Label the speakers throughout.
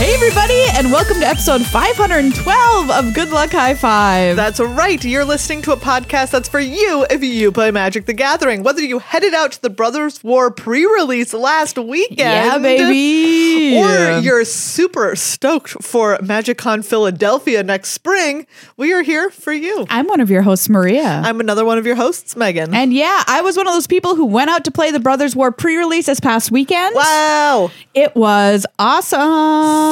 Speaker 1: everybody, and welcome to episode 512 of Good Luck High Five.
Speaker 2: That's right. You're listening to a podcast that's for you if you play Magic the Gathering. Whether you headed out to the Brothers War pre release last weekend.
Speaker 1: yeah, baby.
Speaker 2: Or you're super stoked for MagicCon Philadelphia next spring. We are here for you.
Speaker 1: I'm one of your hosts, Maria.
Speaker 2: I'm another one of your hosts, Megan.
Speaker 1: and yeah, I was one of those people who went out to play the Brothers War pre-release this past weekend.
Speaker 2: wow.
Speaker 1: It was awesome.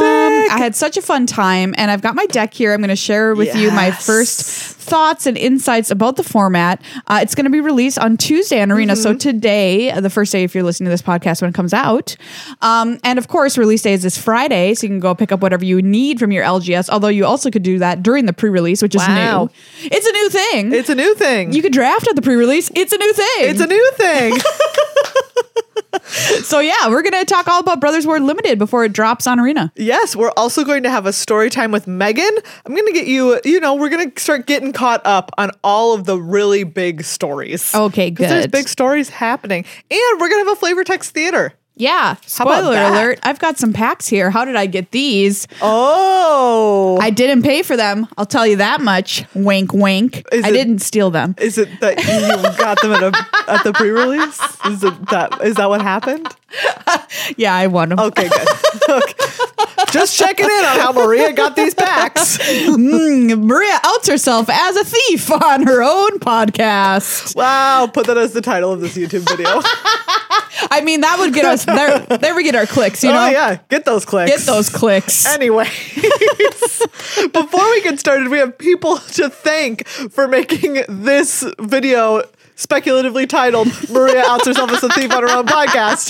Speaker 1: I
Speaker 2: Sick.
Speaker 1: had such a fun time, and I've got my deck here. I'm going to share with you my
Speaker 2: Yes.
Speaker 1: first thoughts and insights about the format. Uh, it's going to be released on Tuesday on Arena.
Speaker 2: Mm-hmm.
Speaker 1: So today, uh, the first day, if you're listening to this podcast when it comes out, um, and of course, release day is this Friday, so you can go pick up whatever you need from your LGS. Although you also could do that during the pre-release, which is
Speaker 2: Wow.
Speaker 1: new. It's a new thing.
Speaker 2: It's a new thing.
Speaker 1: you could draft at the pre-release. It's a new thing.
Speaker 2: it's a new thing.
Speaker 1: so yeah, we're gonna talk all about Brothers War Limited before it drops on Arena.
Speaker 2: Yes, we're also going to have a story time with Megan. I'm going to get you, you know, we're going to start getting caught up on all of the really big stories.
Speaker 1: Okay,
Speaker 2: 'Cause There's
Speaker 1: good.
Speaker 2: big stories happening. And we're going to have a Flavor Text Theater.
Speaker 1: Yeah.
Speaker 2: about
Speaker 1: Spoiler
Speaker 2: that?
Speaker 1: alert. I've got some packs here. How did I get these?
Speaker 2: Oh.
Speaker 1: I didn't pay for them. I'll tell you that much. Wink, wink.
Speaker 2: Is
Speaker 1: I
Speaker 2: it-
Speaker 1: didn't steal them.
Speaker 2: is it that you got them at, a, at the pre release? Is it that is that what happened?
Speaker 1: Yeah, I won them.
Speaker 2: Okay, good. Okay. Just checking in on how Maria got these packs.
Speaker 1: Mm, Maria outs herself as a thief on her own podcast.
Speaker 2: Wow, put that as the title of this YouTube video.
Speaker 1: I mean, that would get us there. There we get our clicks, you know?
Speaker 2: oh yeah, uh, get those clicks.
Speaker 1: Get those clicks.
Speaker 2: Anyway, before we get started, we have people to thank for making this video speculatively titled Maria Outs Herself as a Thief on Her Own Podcast.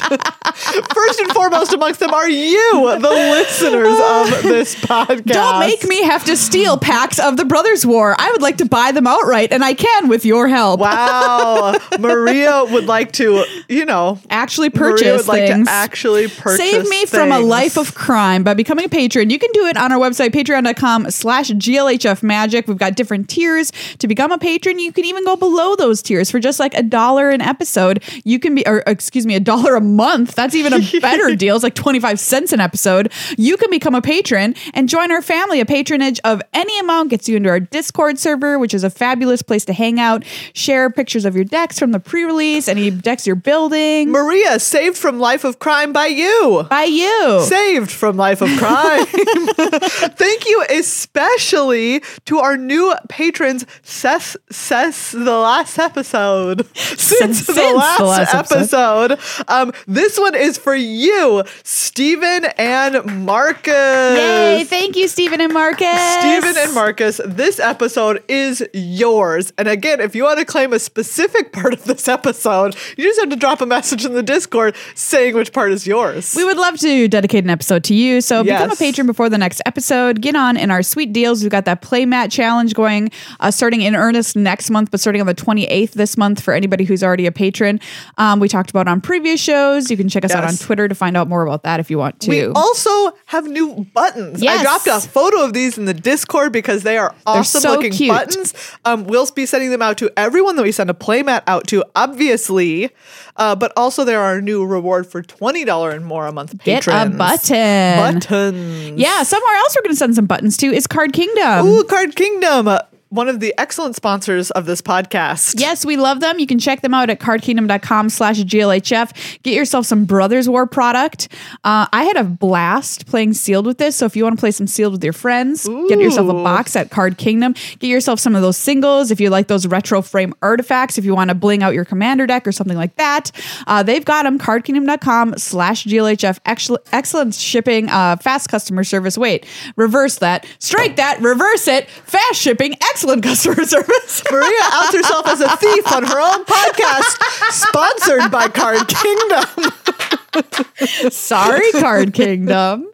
Speaker 2: First and foremost amongst them are you, the listeners of this podcast.
Speaker 1: Don't make me have to steal packs of the Brothers War. I would like to buy them outright, and I can with your help.
Speaker 2: Wow. Maria would like to, you know,
Speaker 1: Actually,
Speaker 2: Maria would
Speaker 1: purchase
Speaker 2: like
Speaker 1: things.
Speaker 2: to actually purchase
Speaker 1: Save me from a
Speaker 2: things.
Speaker 1: life of crime by becoming a patron. You can do it on our website, patreon.com slash glhf magic. We've got different tiers. To become a patron, you can even go below those tiers for just like a dollar an episode. You can be, or excuse me, a dollar a month. That's even a better deal. It's like 25 cents an episode. You can become a patron and join our family. A patronage of any amount gets you into our Discord server, which is a fabulous place to hang out, share pictures of your decks from the pre release, any decks you're building.
Speaker 2: Maria saved from life of crime by you.
Speaker 1: by you.
Speaker 2: saved from life of crime. Thank you especially to our new patrons Seth Seth the last episode. Since, the,
Speaker 1: since
Speaker 2: last
Speaker 1: the last
Speaker 2: episode. Um this one is for you, Stephen and Marcus.
Speaker 1: Yay! Thank you, Stephen and Marcus.
Speaker 2: Stephen and Marcus, this episode is yours. And again, if you want to claim a specific part of this episode, you just have to drop a message in the Discord saying which part is yours.
Speaker 1: We would love to dedicate an episode to you. So become a
Speaker 2: Yes.
Speaker 1: patron before the next episode. Get on in our sweet deals. We've got that playmat challenge going, uh, starting in earnest next month, but starting on the 28th this month for anybody who's already a patron. Um, we talked about it on previous shows. You can check us out on
Speaker 2: Yes.
Speaker 1: Twitter to find out more about that if you want to.
Speaker 2: We also have new buttons.
Speaker 1: Yes.
Speaker 2: I dropped a photo of these in the Discord because they are awesome
Speaker 1: so
Speaker 2: looking
Speaker 1: cute.
Speaker 2: buttons. Um, we'll be sending them out to everyone that we send a playmat out to, obviously. Uh, but also, there are new reward for twenty dollar and more a month
Speaker 1: Get
Speaker 2: patrons.
Speaker 1: a button.
Speaker 2: Buttons.
Speaker 1: Yeah, somewhere else we're going to send some buttons to is Card Kingdom.
Speaker 2: Ooh, Card Kingdom, uh, one of the excellent sponsors of this podcast.
Speaker 1: Yes, we love them. You can check them out at cardkingdom.com slash GLHF. Get yourself some Brothers War product. Uh, I had a blast playing Sealed with this. So if you want to play some Sealed with your friends, get yourself a
Speaker 2: Ooh.
Speaker 1: box at Card Kingdom. Get yourself some of those singles if you like those retro frame artifacts, if you want to bling out your commander deck or something like that. Uh, they've got them. Cardkingdom.com slash GLHF. Excell- Excellent shipping, uh, fast customer service. Wait, reverse that. Strike that. Reverse it. Fast shipping. Excellent customer service.
Speaker 2: Maria outs herself as a thief on her own podcast, sponsored by Card Kingdom.
Speaker 1: Sorry, Card Kingdom.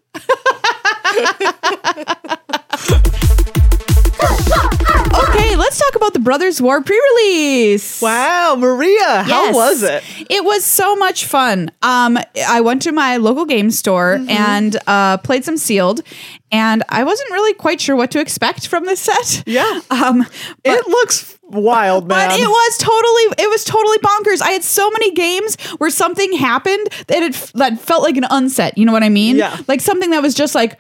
Speaker 1: okay, let's talk about the Brothers War pre-release.
Speaker 2: Wow, Maria, how
Speaker 1: Yes.
Speaker 2: was it?
Speaker 1: It was so much fun. Um, I went to my local game store
Speaker 2: Mm-hmm.
Speaker 1: and uh, played some sealed, and I wasn't really quite sure what to expect from this set.
Speaker 2: Yeah.
Speaker 1: Um, but-
Speaker 2: it looks wild, man.
Speaker 1: but it was totally it was totally bonkers. I had so many games where something happened that it that felt like an unset. You know what I mean?
Speaker 2: Yeah.
Speaker 1: Like something that was just like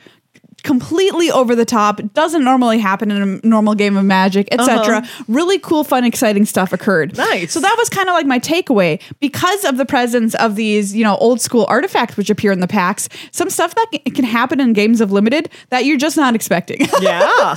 Speaker 1: completely over the top, doesn't normally happen in a normal game of magic, etc. Really cool, fun, exciting stuff occurred.
Speaker 2: Uh-huh. Nice.
Speaker 1: So that was kind of like my takeaway because of the presence of these, you know, old school artifacts which appear in the packs. Some stuff that c- can happen in games of limited that you're just not expecting.
Speaker 2: Yeah.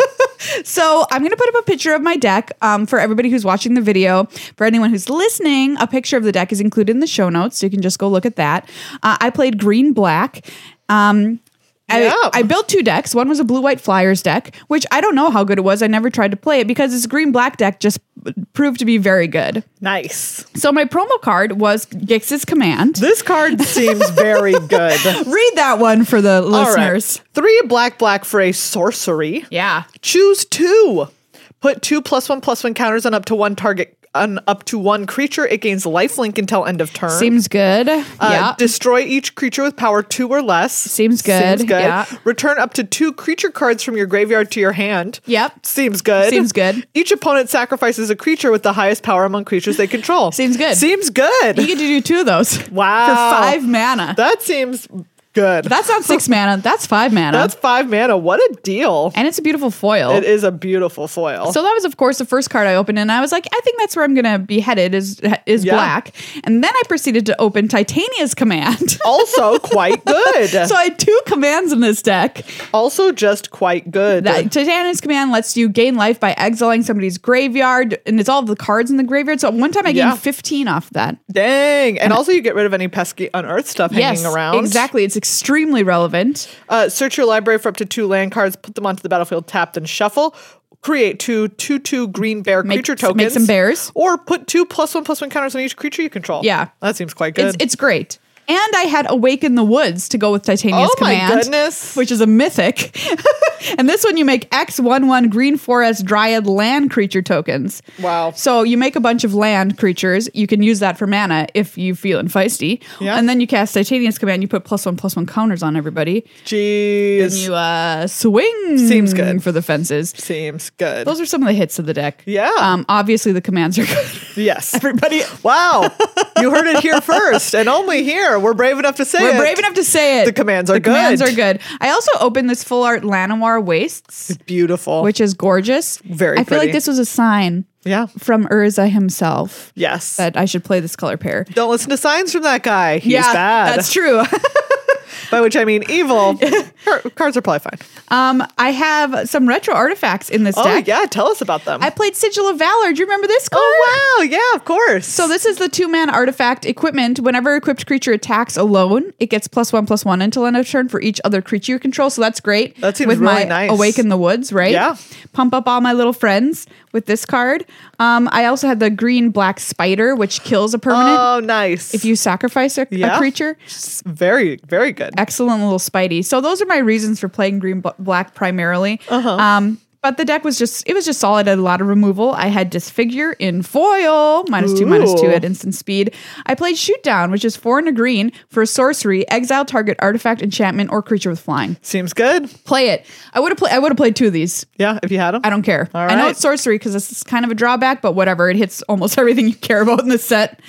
Speaker 1: So I'm going to put up a picture of my deck um, for everybody who's watching the video. For anyone who's listening, a picture of the deck is included in the show notes, so you can just go look at that. Uh, I played green black. Um, I,
Speaker 2: Yeah.
Speaker 1: I built two decks. One was a blue white flyers deck, which I don't know how good it was. I never tried to play it because this green black deck just proved to be very good.
Speaker 2: nice.
Speaker 1: So my promo card was Gix's Command.
Speaker 2: This card seems very good.
Speaker 1: Read that one for the
Speaker 2: All right.
Speaker 1: listeners.
Speaker 2: Three black, black for a sorcery.
Speaker 1: Yeah.
Speaker 2: Choose two. Put two plus one plus one counters on up to one target on up to one creature. It gains lifelink until end of turn.
Speaker 1: Seems good.
Speaker 2: Uh,
Speaker 1: yeah.
Speaker 2: Destroy each creature with power two or less.
Speaker 1: Seems good, yeah.
Speaker 2: Return up to two creature cards from your graveyard to your hand.
Speaker 1: Yep.
Speaker 2: Seems good.
Speaker 1: Seems good.
Speaker 2: Each opponent sacrifices a creature with the highest power among creatures they control.
Speaker 1: Seems good.
Speaker 2: Seems good.
Speaker 1: you get to do two of those.
Speaker 2: Wow.
Speaker 1: For five mana.
Speaker 2: that seems good.
Speaker 1: That's not six mana. That's five mana.
Speaker 2: That's five mana. What a deal.
Speaker 1: and it's a beautiful foil.
Speaker 2: It is a beautiful foil.
Speaker 1: so that was, of course, the first card I opened, and I was like, I think that's where I'm gonna be headed is is
Speaker 2: Yeah.
Speaker 1: black. And then I proceeded to open Titania's command.
Speaker 2: also quite good.
Speaker 1: so I had two commands in this deck.
Speaker 2: also just quite good.
Speaker 1: That Titania's command lets you gain life by exiling somebody's graveyard, and it's all the cards in the graveyard. So at one time I
Speaker 2: Yeah.
Speaker 1: gained 15 off that.
Speaker 2: Dang. And also you get rid of any pesky unearthed stuff hanging around.
Speaker 1: exactly. It's extremely relevant.
Speaker 2: Uh, search your library for up to two land cards, put them onto the battlefield tapped and shuffle. Create two two two green bear
Speaker 1: Make-
Speaker 2: creature
Speaker 1: make
Speaker 2: tokens.
Speaker 1: some bears.
Speaker 2: Or put two plus one plus one counters on each creature you control.
Speaker 1: Yeah.
Speaker 2: That seems quite
Speaker 1: It's,
Speaker 2: good.
Speaker 1: it's great. And I had Awaken the Woods to go with Titania's
Speaker 2: oh my
Speaker 1: command.
Speaker 2: goodness.
Speaker 1: which is a mythic. and this one you make X11 Green Forest Dryad land creature tokens.
Speaker 2: Wow.
Speaker 1: So you make a bunch of land creatures. You can use that for mana if you feeling feisty.
Speaker 2: Yeah.
Speaker 1: And then you cast Titania's Command. You put plus one, plus one counters on everybody. And
Speaker 2: Jeez.
Speaker 1: you uh, swing
Speaker 2: Seems good.
Speaker 1: for the fences.
Speaker 2: seems good.
Speaker 1: Those are some of the hits of the deck.
Speaker 2: Yeah.
Speaker 1: Um, obviously, the commands are good.
Speaker 2: yes. Everybody. Wow. you heard it here first and only here. We're brave enough to say
Speaker 1: We're
Speaker 2: it.
Speaker 1: brave enough to say it.
Speaker 2: The commands are
Speaker 1: The commands
Speaker 2: good.
Speaker 1: are good. I also opened this full art Lanoir Wastes,
Speaker 2: Beautiful.
Speaker 1: which is gorgeous.
Speaker 2: Very
Speaker 1: I feel
Speaker 2: pretty.
Speaker 1: like this was a sign.
Speaker 2: yeah.
Speaker 1: from Urza himself
Speaker 2: Yes.
Speaker 1: that I should play this color pair.
Speaker 2: Don't listen to signs from that guy. He's bad.
Speaker 1: that's true.
Speaker 2: By which I mean evil. Car- cards are probably fine.
Speaker 1: um, I have some retro artifacts in this
Speaker 2: Oh
Speaker 1: deck.
Speaker 2: yeah, tell us about them.
Speaker 1: I played Sigil of Valor. Do you remember this card?
Speaker 2: oh wow, yeah, of course.
Speaker 1: So this is the two-man artifact equipment. Whenever equipped creature attacks alone, it gets plus one plus one until end of turn for each other creature you control. So that's great.
Speaker 2: That seems
Speaker 1: with
Speaker 2: really
Speaker 1: my
Speaker 2: nice.
Speaker 1: Awaken the Woods, right?
Speaker 2: Yeah.
Speaker 1: Pump up all my little friends with this card. Um, I also had the green black spider, which kills a permanent
Speaker 2: oh nice.
Speaker 1: if you sacrifice a-
Speaker 2: Yeah.
Speaker 1: a creature.
Speaker 2: It's very very good.
Speaker 1: excellent little Spidey. So those are my reasons for playing green bl- black primarily.
Speaker 2: Uh-huh.
Speaker 1: Um, but the deck was just it was just solid. Had a lot of removal. I had Disfigure in foil minus two minus two
Speaker 2: Ooh.
Speaker 1: at instant speed. I played Shoot Down, which is four and a green for a sorcery, exile target artifact, enchantment, or creature with flying.
Speaker 2: Seems good.
Speaker 1: Play it. I would have played. I would have played two of these.
Speaker 2: Yeah, if you had them.
Speaker 1: I don't care.
Speaker 2: All
Speaker 1: I know
Speaker 2: right.
Speaker 1: it's sorcery because this is kind of a drawback, but whatever. It hits almost everything you care about in the set.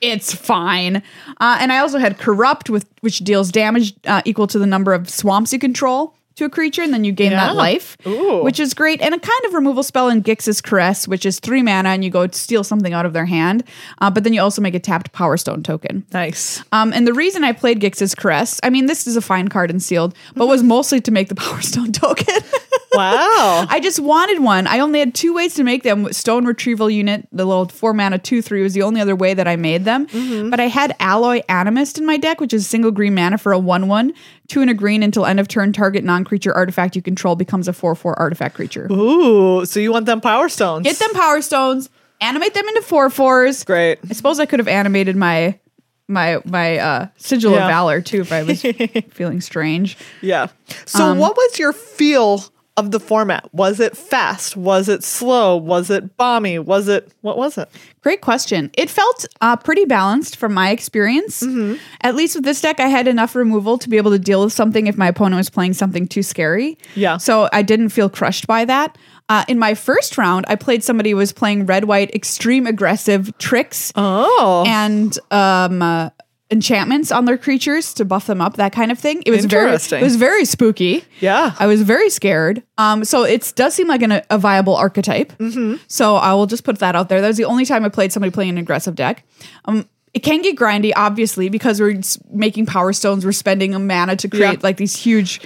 Speaker 1: It's fine. Uh, and I also had corrupt, with which deals damage uh, equal to the number of swamps you control to a creature, and then you gain
Speaker 2: Yeah.
Speaker 1: that life,
Speaker 2: Ooh.
Speaker 1: which is great. And a kind of removal spell in Gix's Caress, which is three mana, and you go steal something out of their hand. Uh, but then you also make a tapped Power Stone token.
Speaker 2: Nice.
Speaker 1: Um, and the reason I played Gix's Caress, I mean, this is a fine card and sealed, but was mostly to make the Power Stone token.
Speaker 2: Wow.
Speaker 1: I just wanted one. I only had two ways to make them. Stone retrieval unit, the little four mana two three was the only other way that I made them.
Speaker 2: Mm-hmm.
Speaker 1: But I had Alloy Animist in my deck, which is single green mana for a one one, two and a green until end of turn. Target non creature artifact you control becomes a four four artifact creature.
Speaker 2: Ooh, so you want them power stones?
Speaker 1: Get them power stones. Animate them into four fours.
Speaker 2: Great.
Speaker 1: I suppose I could have animated my my my uh, sigil
Speaker 2: Yeah.
Speaker 1: of valor too if I was feeling strange.
Speaker 2: Yeah. So
Speaker 1: Um,
Speaker 2: what was your feel of the format? Was it fast? Was it slow? Was it bomby? Was it what was it?
Speaker 1: Great question. It felt uh, pretty balanced from my experience. At least with this deck, I had enough removal to be able to deal with something if my opponent was playing something too scary.
Speaker 2: Yeah.
Speaker 1: So I didn't feel crushed by that. Uh, in my first round, I played somebody who was playing red white extreme aggressive tricks
Speaker 2: Oh.
Speaker 1: and um, uh, enchantments on their creatures to buff them up, that kind of thing. It was very
Speaker 2: Interesting.
Speaker 1: it was very spooky.
Speaker 2: Yeah.
Speaker 1: I was very scared. Um, so it does seem like an, a viable archetype.
Speaker 2: Mm-hmm.
Speaker 1: So I will just put that out there. That was the only time I played somebody playing an aggressive deck. Um, it can get grindy, obviously, because we're s- making power stones. We're spending a mana to create
Speaker 2: Yeah.
Speaker 1: like these huge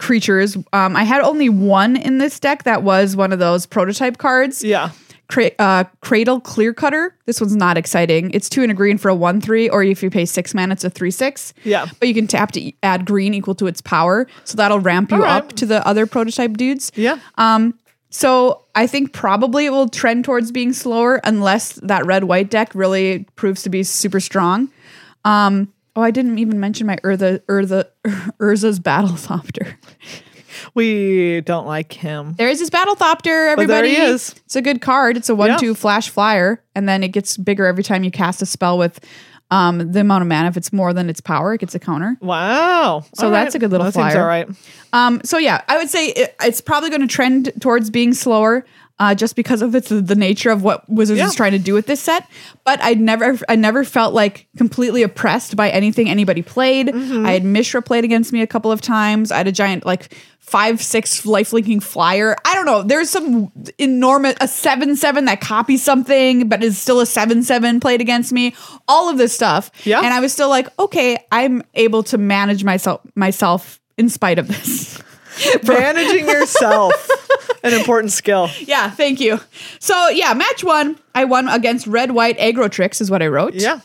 Speaker 1: creatures. Um, I had only one in this deck that was one of those prototype cards.
Speaker 2: Yeah.
Speaker 1: Cra- uh, Cradle Clear Cutter. This one's not exciting. It's two and a green for a one three, or if you pay six mana, it's a three six.
Speaker 2: Yeah.
Speaker 1: But you can tap to e- add green equal to its power, so that'll ramp you
Speaker 2: All right.
Speaker 1: up to the other prototype dudes.
Speaker 2: Yeah.
Speaker 1: Um. So I think probably it will trend towards being slower unless that red white deck really proves to be super strong. Um. Oh, I didn't even mention my Urza Urza Urza's Battlethopter.
Speaker 2: we don't like him.
Speaker 1: There is his Battlethopter, everybody.
Speaker 2: there he is.
Speaker 1: It's a good card. It's a
Speaker 2: Yeah.
Speaker 1: one-two flash flyer, and then it gets bigger every time you cast a spell with um, the amount of mana. If it's more than its power, it gets a counter.
Speaker 2: Wow.
Speaker 1: So
Speaker 2: All
Speaker 1: that's a good little
Speaker 2: that Seems
Speaker 1: flyer.
Speaker 2: all right.
Speaker 1: Um, so yeah, I would say it, it's probably going to trend towards being slower. Uh, just because of it's the nature of what Wizards
Speaker 2: Yeah.
Speaker 1: is trying to do with this set, but I never, I never felt like completely oppressed by anything anybody played.
Speaker 2: Mm-hmm.
Speaker 1: I had Mishra played against me a couple of times. I had a giant like five six life linking flyer. I don't know. There's some enormous a seven seven that copies something, but is still a seven seven played against me. All of this stuff,
Speaker 2: Yeah.
Speaker 1: And I was still like, okay, I'm able to manage myself myself in spite of this.
Speaker 2: Managing yourself, an important skill.
Speaker 1: Yeah, thank you. So yeah, match one, I won against Red White Aggro Tricks, is what I wrote.
Speaker 2: Yeah.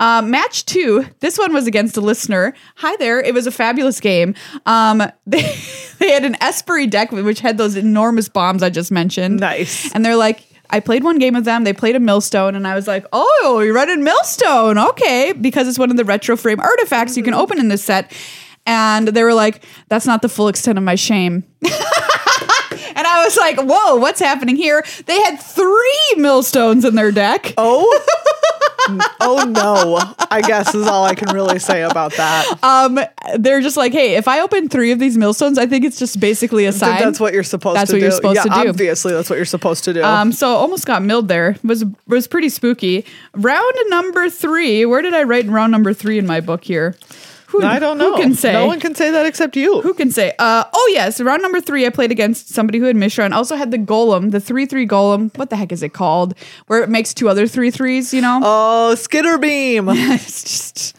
Speaker 1: Uh, match two, this one was against a listener. Hi there, it was a fabulous game. Um, they they had an Espery deck which had those enormous bombs I just mentioned.
Speaker 2: Nice.
Speaker 1: And they're like. I played one game with them. They played a millstone, and I was like, "Oh, you're running millstone, okay?" Because it's one of the retro frame artifacts you can open in this set. And they were like, "That's not the full extent of my shame." And I was like, whoa, what's happening here? They had three millstones in their deck.
Speaker 2: Oh. oh no. I guess is all I can really say about that.
Speaker 1: Um, they're just like, hey, if I open three of these millstones, I think it's just basically a sign.
Speaker 2: Th- That's what you're supposed
Speaker 1: That's
Speaker 2: to
Speaker 1: what
Speaker 2: do.
Speaker 1: you're supposed
Speaker 2: yeah,
Speaker 1: to do.
Speaker 2: obviously that's what you're supposed to do.
Speaker 1: Um, so almost got milled there. Was was pretty spooky. Round number three. Where did I write round number three in my book here? Who,
Speaker 2: I don't know.
Speaker 1: Who can say?
Speaker 2: No one can say that except you.
Speaker 1: who can say? Uh, oh yes, round number three. I played against somebody who had Mishra and also had the golem, the three three golem. What the heck is it called? Where it makes two other three threes. You know.
Speaker 2: Oh, skitter beam.
Speaker 1: it's just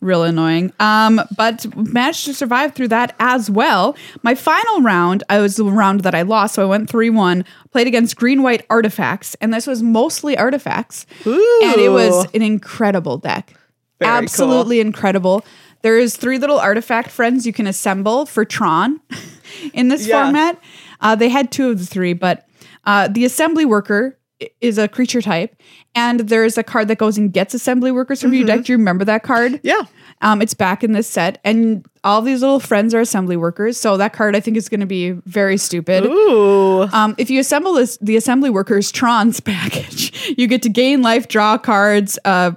Speaker 1: real annoying. Um, but managed to survive through that as well. My final round, I was the round that I lost, so I went three one. Played against green white artifacts, and this was mostly artifacts, and it was
Speaker 2: Ooh.
Speaker 1: an incredible deck,
Speaker 2: Very cool.
Speaker 1: absolutely incredible. There is three little artifact friends you can assemble for Tron in this
Speaker 2: Yeah.
Speaker 1: format. Uh, they had two of the three, but uh, the assembly worker i- is a creature type, and there is a card that goes and gets assembly workers from your deck. Do you remember that card?
Speaker 2: Mm-hmm. Yeah.
Speaker 1: Um, it's back in this set, and all these little friends are assembly workers. So that card I think is going to be very stupid.
Speaker 2: Ooh.
Speaker 1: Um, if you assemble this, the assembly workers Tron's package, you get to gain life, draw cards, uh,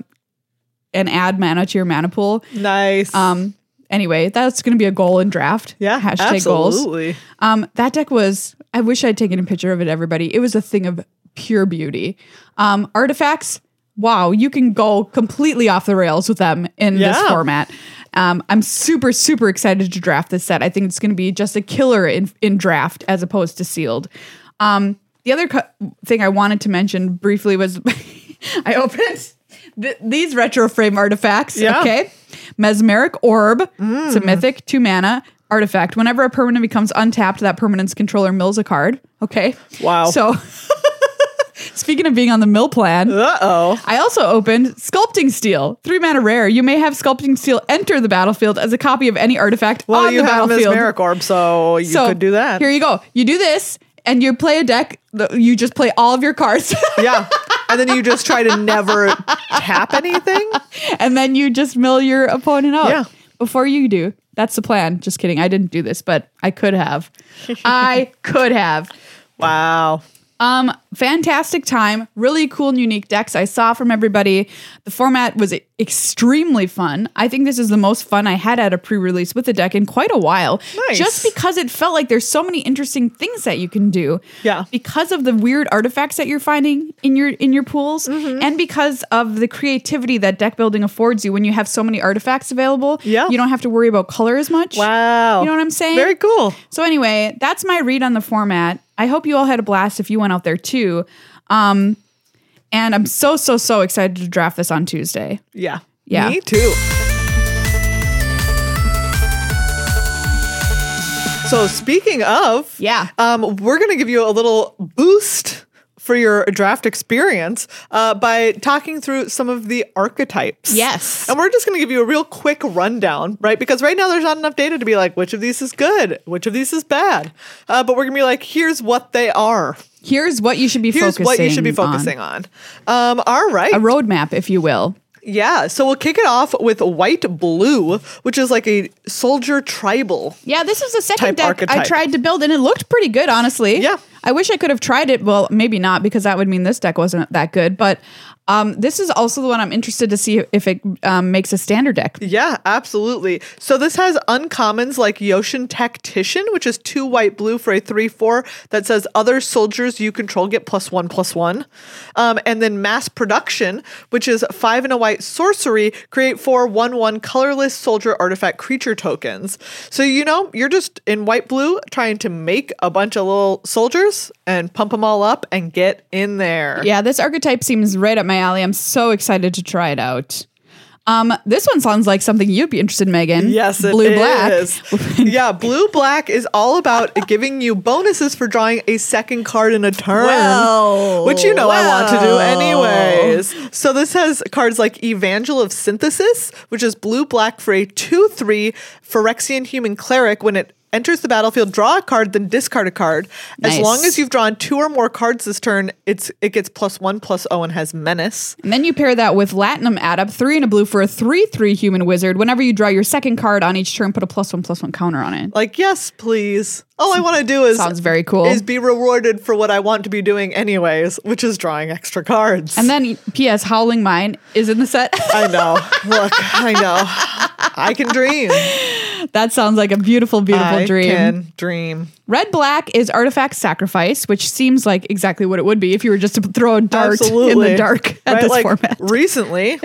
Speaker 1: and add mana to your mana pool.
Speaker 2: Nice.
Speaker 1: Um, anyway, that's going to be a goal in draft.
Speaker 2: yeah.
Speaker 1: Hashtag goals.
Speaker 2: absolutely.
Speaker 1: Um, that deck was, I wish I'd taken a picture of it, everybody. It was a thing of pure beauty. Um, artifacts, wow, you can go completely off the rails with them in this
Speaker 2: Yeah.
Speaker 1: format. Um, I'm super, super excited to draft this set. I think it's going to be just a killer in, in draft as opposed to sealed. Um, the other co- thing I wanted to mention briefly was I opened th- these retro frame artifacts.
Speaker 2: Yeah. Mm.
Speaker 1: Okay. Mesmeric Orb. It's a mythic, two mana artifact. Whenever a permanent becomes untapped, that permanent's controller mills a card. Okay.
Speaker 2: Wow.
Speaker 1: So, speaking of being on the mill plan,
Speaker 2: Uh oh.
Speaker 1: I also opened Sculpting Steel, three mana rare. You may have Sculpting Steel enter the battlefield as a copy of any artifact
Speaker 2: Well,
Speaker 1: on
Speaker 2: you
Speaker 1: the
Speaker 2: have Miss
Speaker 1: battlefield.
Speaker 2: Maricorp, so you
Speaker 1: So,
Speaker 2: could do that.
Speaker 1: Here you go. You do this, and you play a deck. th- You just play all of your cards.
Speaker 2: yeah. And then you just try to never tap anything.
Speaker 1: and then you just mill your opponent out
Speaker 2: Yeah.
Speaker 1: before you do. That's the plan. Just kidding. I didn't do this, but I could have. I could have.
Speaker 2: Wow.
Speaker 1: Um, fantastic time, really cool and unique decks I saw from everybody. The format was e-, extremely fun. I think this is the most fun I had at a pre-release with the deck in quite a while.
Speaker 2: Nice.
Speaker 1: Just because it felt like there's so many interesting things that you can do.
Speaker 2: Yeah.
Speaker 1: Because of the weird artifacts that you're finding in your in your pools
Speaker 2: Mm-hmm.
Speaker 1: and because of the creativity that deck building affords you when you have so many artifacts available.
Speaker 2: Yeah.
Speaker 1: You don't have to worry about color as much.
Speaker 2: Wow.
Speaker 1: You know what I'm saying?
Speaker 2: Very cool.
Speaker 1: So anyway, that's my read on the format. I hope you all had a blast if you went out there too. Um, and I'm so so so excited to draft this on Tuesday.
Speaker 2: Yeah.
Speaker 1: Yeah.
Speaker 2: Me too. So speaking of,
Speaker 1: Yeah.
Speaker 2: um, we're gonna give you a little boost for your draft experience uh, by talking through some of the archetypes.
Speaker 1: Yes.
Speaker 2: And we're just gonna give you a real quick rundown, right? Because right now there's not enough data to be like which of these is good, which of these is bad. Uh, but we're gonna be like, here's what they are.
Speaker 1: Here's what you should be
Speaker 2: Here's
Speaker 1: focusing.
Speaker 2: what you should be
Speaker 1: on.
Speaker 2: focusing on. Um, all right.
Speaker 1: A roadmap, if you will.
Speaker 2: Yeah, so we'll kick it off with white blue, which is like a soldier tribal.
Speaker 1: Yeah, this is the second
Speaker 2: Type
Speaker 1: deck I
Speaker 2: archetype.
Speaker 1: tried to build, and it looked pretty good, honestly.
Speaker 2: Yeah.
Speaker 1: I wish I could have tried it. Well, maybe not, because that would mean this deck wasn't that good. But um, this is also the one I'm interested to see if it um, makes a standard deck.
Speaker 2: Yeah, absolutely. So this has uncommons like Yoshin Tactician, which is two white blue for a three four that says other soldiers you control get plus one plus one, um, and then Mass Production, which is five and a white sorcery create four one one colorless soldier artifact creature tokens. So you know you're just in white blue trying to make a bunch of little soldiers and pump them all up and get in there.
Speaker 1: Yeah, this archetype seems right up my alley. I'm so excited to try it out. Um, this one sounds like something you'd be interested in, Megan.
Speaker 2: Yes, it
Speaker 1: blue black.
Speaker 2: is. yeah, blue black is all about giving you bonuses for drawing a second card in a turn.
Speaker 1: Well,
Speaker 2: which you know I want to do
Speaker 1: well.
Speaker 2: anyways. So this has cards like Evangel of Synthesis, which is blue black for a 2 3 Phyrexian Human Cleric when it enters the battlefield draw a card then discard a card
Speaker 1: Nice.
Speaker 2: as long as you've drawn two or more cards this turn it's it gets plus one plus oh and has menace
Speaker 1: And then you pair that with Latinum add up three and a blue for a three three human wizard. Whenever you draw your second card on each turn, put a plus one plus one counter on it.
Speaker 2: like yes please all i want to do is
Speaker 1: Sounds very cool.
Speaker 2: is be rewarded for what i want to be doing anyways which is drawing extra cards
Speaker 1: And then P.S. Howling Mine is in the set.
Speaker 2: i know look i know i can dream
Speaker 1: that sounds like a beautiful, beautiful
Speaker 2: i
Speaker 1: dream.
Speaker 2: can dream
Speaker 1: Red black is artifact sacrifice, which seems like exactly what it would be if you were just to throw a dart
Speaker 2: Absolutely.
Speaker 1: in the dark at
Speaker 2: Right,
Speaker 1: this
Speaker 2: like,
Speaker 1: format.
Speaker 2: Recently,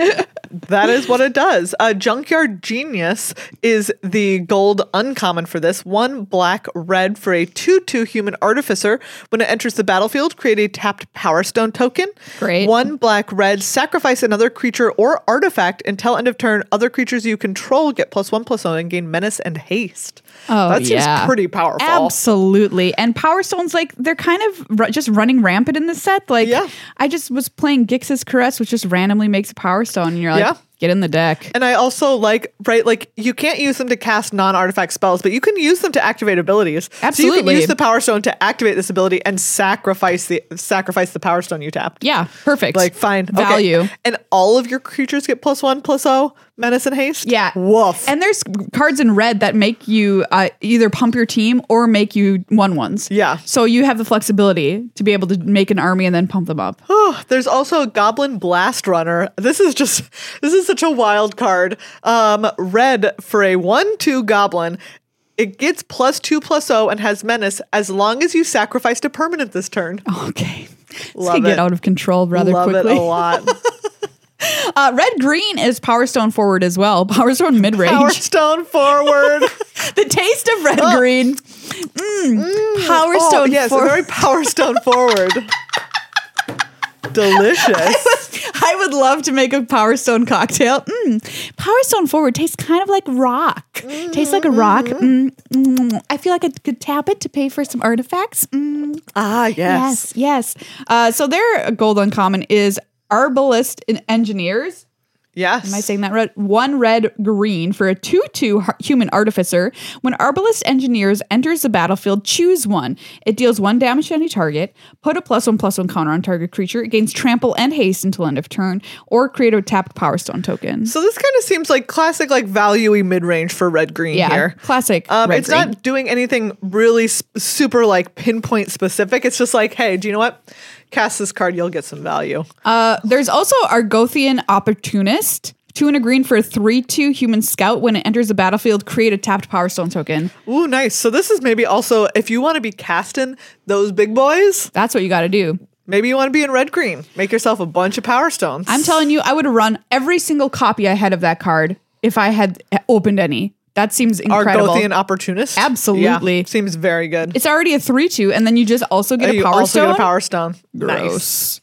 Speaker 2: that is what it does. Uh, Junkyard Genius is the gold uncommon for this. One black red for a 2 2 human artificer. When it enters the battlefield, create a tapped Power Stone token.
Speaker 1: Great.
Speaker 2: One black red, sacrifice another creature or artifact until end of turn. Other creatures you control get plus 1 plus 1 and gain menace and haste.
Speaker 1: Oh,
Speaker 2: that seems
Speaker 1: yeah.
Speaker 2: pretty powerful.
Speaker 1: Absolutely. And Power Stone's like, they're kind of ru- just running rampant in the set. Like,
Speaker 2: Yeah.
Speaker 1: I just was playing Gix's Caress, which just randomly makes a Power Stone. And you're like,
Speaker 2: Yeah.
Speaker 1: get in the deck.
Speaker 2: And I also like, right, like you can't use them to cast non artifact spells, but you can use them to activate abilities. So you
Speaker 1: Absolutely.
Speaker 2: can use the power stone to activate this ability and sacrifice the sacrifice the power stone you tapped.
Speaker 1: yeah, perfect.
Speaker 2: Like fine. Okay.
Speaker 1: Value.
Speaker 2: And all of your creatures get plus one, plus oh, menace and haste.
Speaker 1: Yeah.
Speaker 2: Woof.
Speaker 1: And there's cards in red that make you uh, either pump your team or make you one ones.
Speaker 2: Yeah.
Speaker 1: So you have the flexibility to be able to make an army and then pump them up.
Speaker 2: Oh, there's also Goblin Blast Runner. This is just this is such a wild card. Um, red for a one-two goblin. It gets plus two plus oh and has menace as long as you sacrificed a permanent this turn.
Speaker 1: Okay. This
Speaker 2: Love
Speaker 1: could get
Speaker 2: it.
Speaker 1: out of control rather
Speaker 2: Love
Speaker 1: quickly.
Speaker 2: it a lot.
Speaker 1: Uh, red green is Power Stone forward as well. Power Stone mid range.
Speaker 2: Power Stone forward.
Speaker 1: the taste of red green. Mm. Power
Speaker 2: Oh,
Speaker 1: Stone
Speaker 2: yes,
Speaker 1: forward.
Speaker 2: very Power Stone forward. Delicious.
Speaker 1: I would love to make a Power Stone cocktail. Mm. Power Stone forward tastes kind of like rock. Tastes like a rock.
Speaker 2: Mm-hmm.
Speaker 1: Mm. Mm. I feel like I could tap it to pay for some artifacts. Mm.
Speaker 2: Ah, yes.
Speaker 1: Yes, yes. Uh, so their gold uncommon is Arbalist in Engineers.
Speaker 2: Yes.
Speaker 1: Am I saying that right? One red green for a 2 2 human artificer. When Arbalest Engineers enters the battlefield, choose one. It deals one damage to any target, put a plus one plus one counter on target creature, it gains trample and haste until end of turn, or create a tapped Power Stone token.
Speaker 2: So this kind of seems like classic, like valuey mid range for red green
Speaker 1: yeah,
Speaker 2: here.
Speaker 1: classic.
Speaker 2: Um,
Speaker 1: red
Speaker 2: it's
Speaker 1: green.
Speaker 2: not doing anything really s super like pinpoint specific. It's just like, hey, do you know what? Cast this card, you'll get some value.
Speaker 1: Uh, there's also Argothian Opportunist. Two and a green for a 3 2 human scout. When it enters the battlefield, create a tapped Power Stone token.
Speaker 2: Ooh, nice. So this is maybe also if you want to be casting those big boys,
Speaker 1: That's what you got to do.
Speaker 2: maybe you want to be in red green. Make yourself a bunch of power stones.
Speaker 1: I'm telling you, I would run every single copy I had of that card if I had opened any. That seems incredible.
Speaker 2: Argothian opportunist.
Speaker 1: Absolutely.
Speaker 2: Yeah, seems very good.
Speaker 1: it's already a 3 2, and then you just also get
Speaker 2: you
Speaker 1: a power
Speaker 2: also
Speaker 1: stone.
Speaker 2: get a power stone.
Speaker 1: Gross.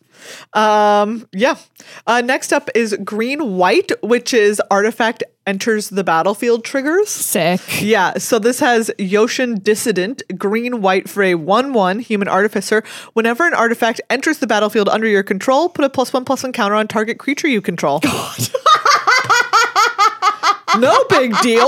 Speaker 2: Um, yeah. Uh, next up is green white, which is artifact enters the battlefield triggers.
Speaker 1: Sick.
Speaker 2: Yeah, so this has Yoshin Dissident, green white for a 1 1 human artificer. Whenever an artifact enters the battlefield under your control, put a plus 1 plus 1 counter on target creature you control. no big deal.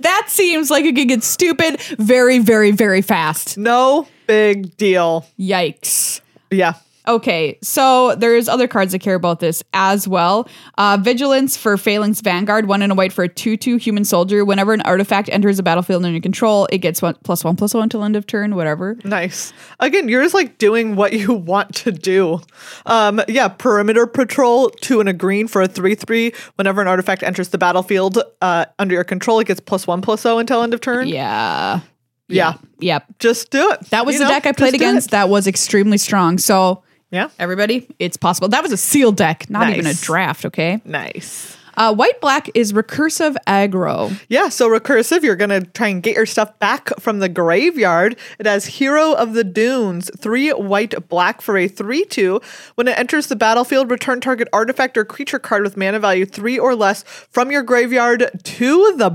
Speaker 1: That seems like it could get stupid very, very, very fast.
Speaker 2: No big deal.
Speaker 1: Yikes.
Speaker 2: Yeah.
Speaker 1: Okay, so there's other cards that care about this as well. Uh, Vigilance for Phalanx Vanguard, one in a white for a 2 2 human soldier. Whenever an artifact enters a battlefield under your control, it gets one, plus one plus one till end of turn, whatever.
Speaker 2: Nice. Again, you're just like doing what you want to do. Um, yeah, perimeter patrol, two and a green for a 3 3. Whenever an artifact enters the battlefield uh, under your control, it gets plus 1 plus 0 until end of turn.
Speaker 1: Yeah.
Speaker 2: Yeah.
Speaker 1: Yep.
Speaker 2: Just do it.
Speaker 1: That was
Speaker 2: You
Speaker 1: the
Speaker 2: know,
Speaker 1: deck I
Speaker 2: just
Speaker 1: played
Speaker 2: do it.
Speaker 1: against. That was extremely strong. So,
Speaker 2: Yeah.
Speaker 1: everybody, it's possible. That was a sealed deck, not even a
Speaker 2: Nice.
Speaker 1: draft, okay?
Speaker 2: Nice.
Speaker 1: Uh, white black is recursive aggro.
Speaker 2: Yeah, so recursive, you're going to try and get your stuff back from the graveyard. It has Hero of the Dunes, three white, black for a 3 2. When it enters the battlefield, return target artifact or creature card with mana value three or less from your graveyard to the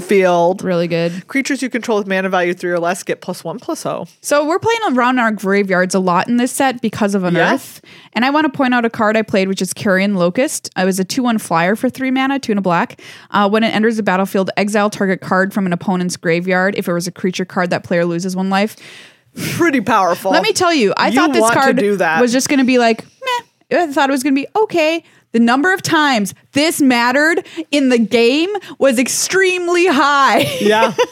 Speaker 2: battlefield.
Speaker 1: Really good.
Speaker 2: Creatures you control with mana value three or less get plus one plus oh.
Speaker 1: So we're playing around our graveyards a lot in this set because of Unearth. And I want to point out a card I played, which is Carrion Locust. I was a 2 1 flyer for 3 mana, 2 and a black. Uh, when it enters the battlefield, exile target card from an opponent's graveyard. If it was a creature card, that player loses one life.
Speaker 2: Pretty powerful.
Speaker 1: Let me tell you, I
Speaker 2: You
Speaker 1: thought this
Speaker 2: want to
Speaker 1: card
Speaker 2: do that.
Speaker 1: was just going to be like, meh. I thought it was going to be okay. The number of times this mattered in the game was extremely high.
Speaker 2: Yeah.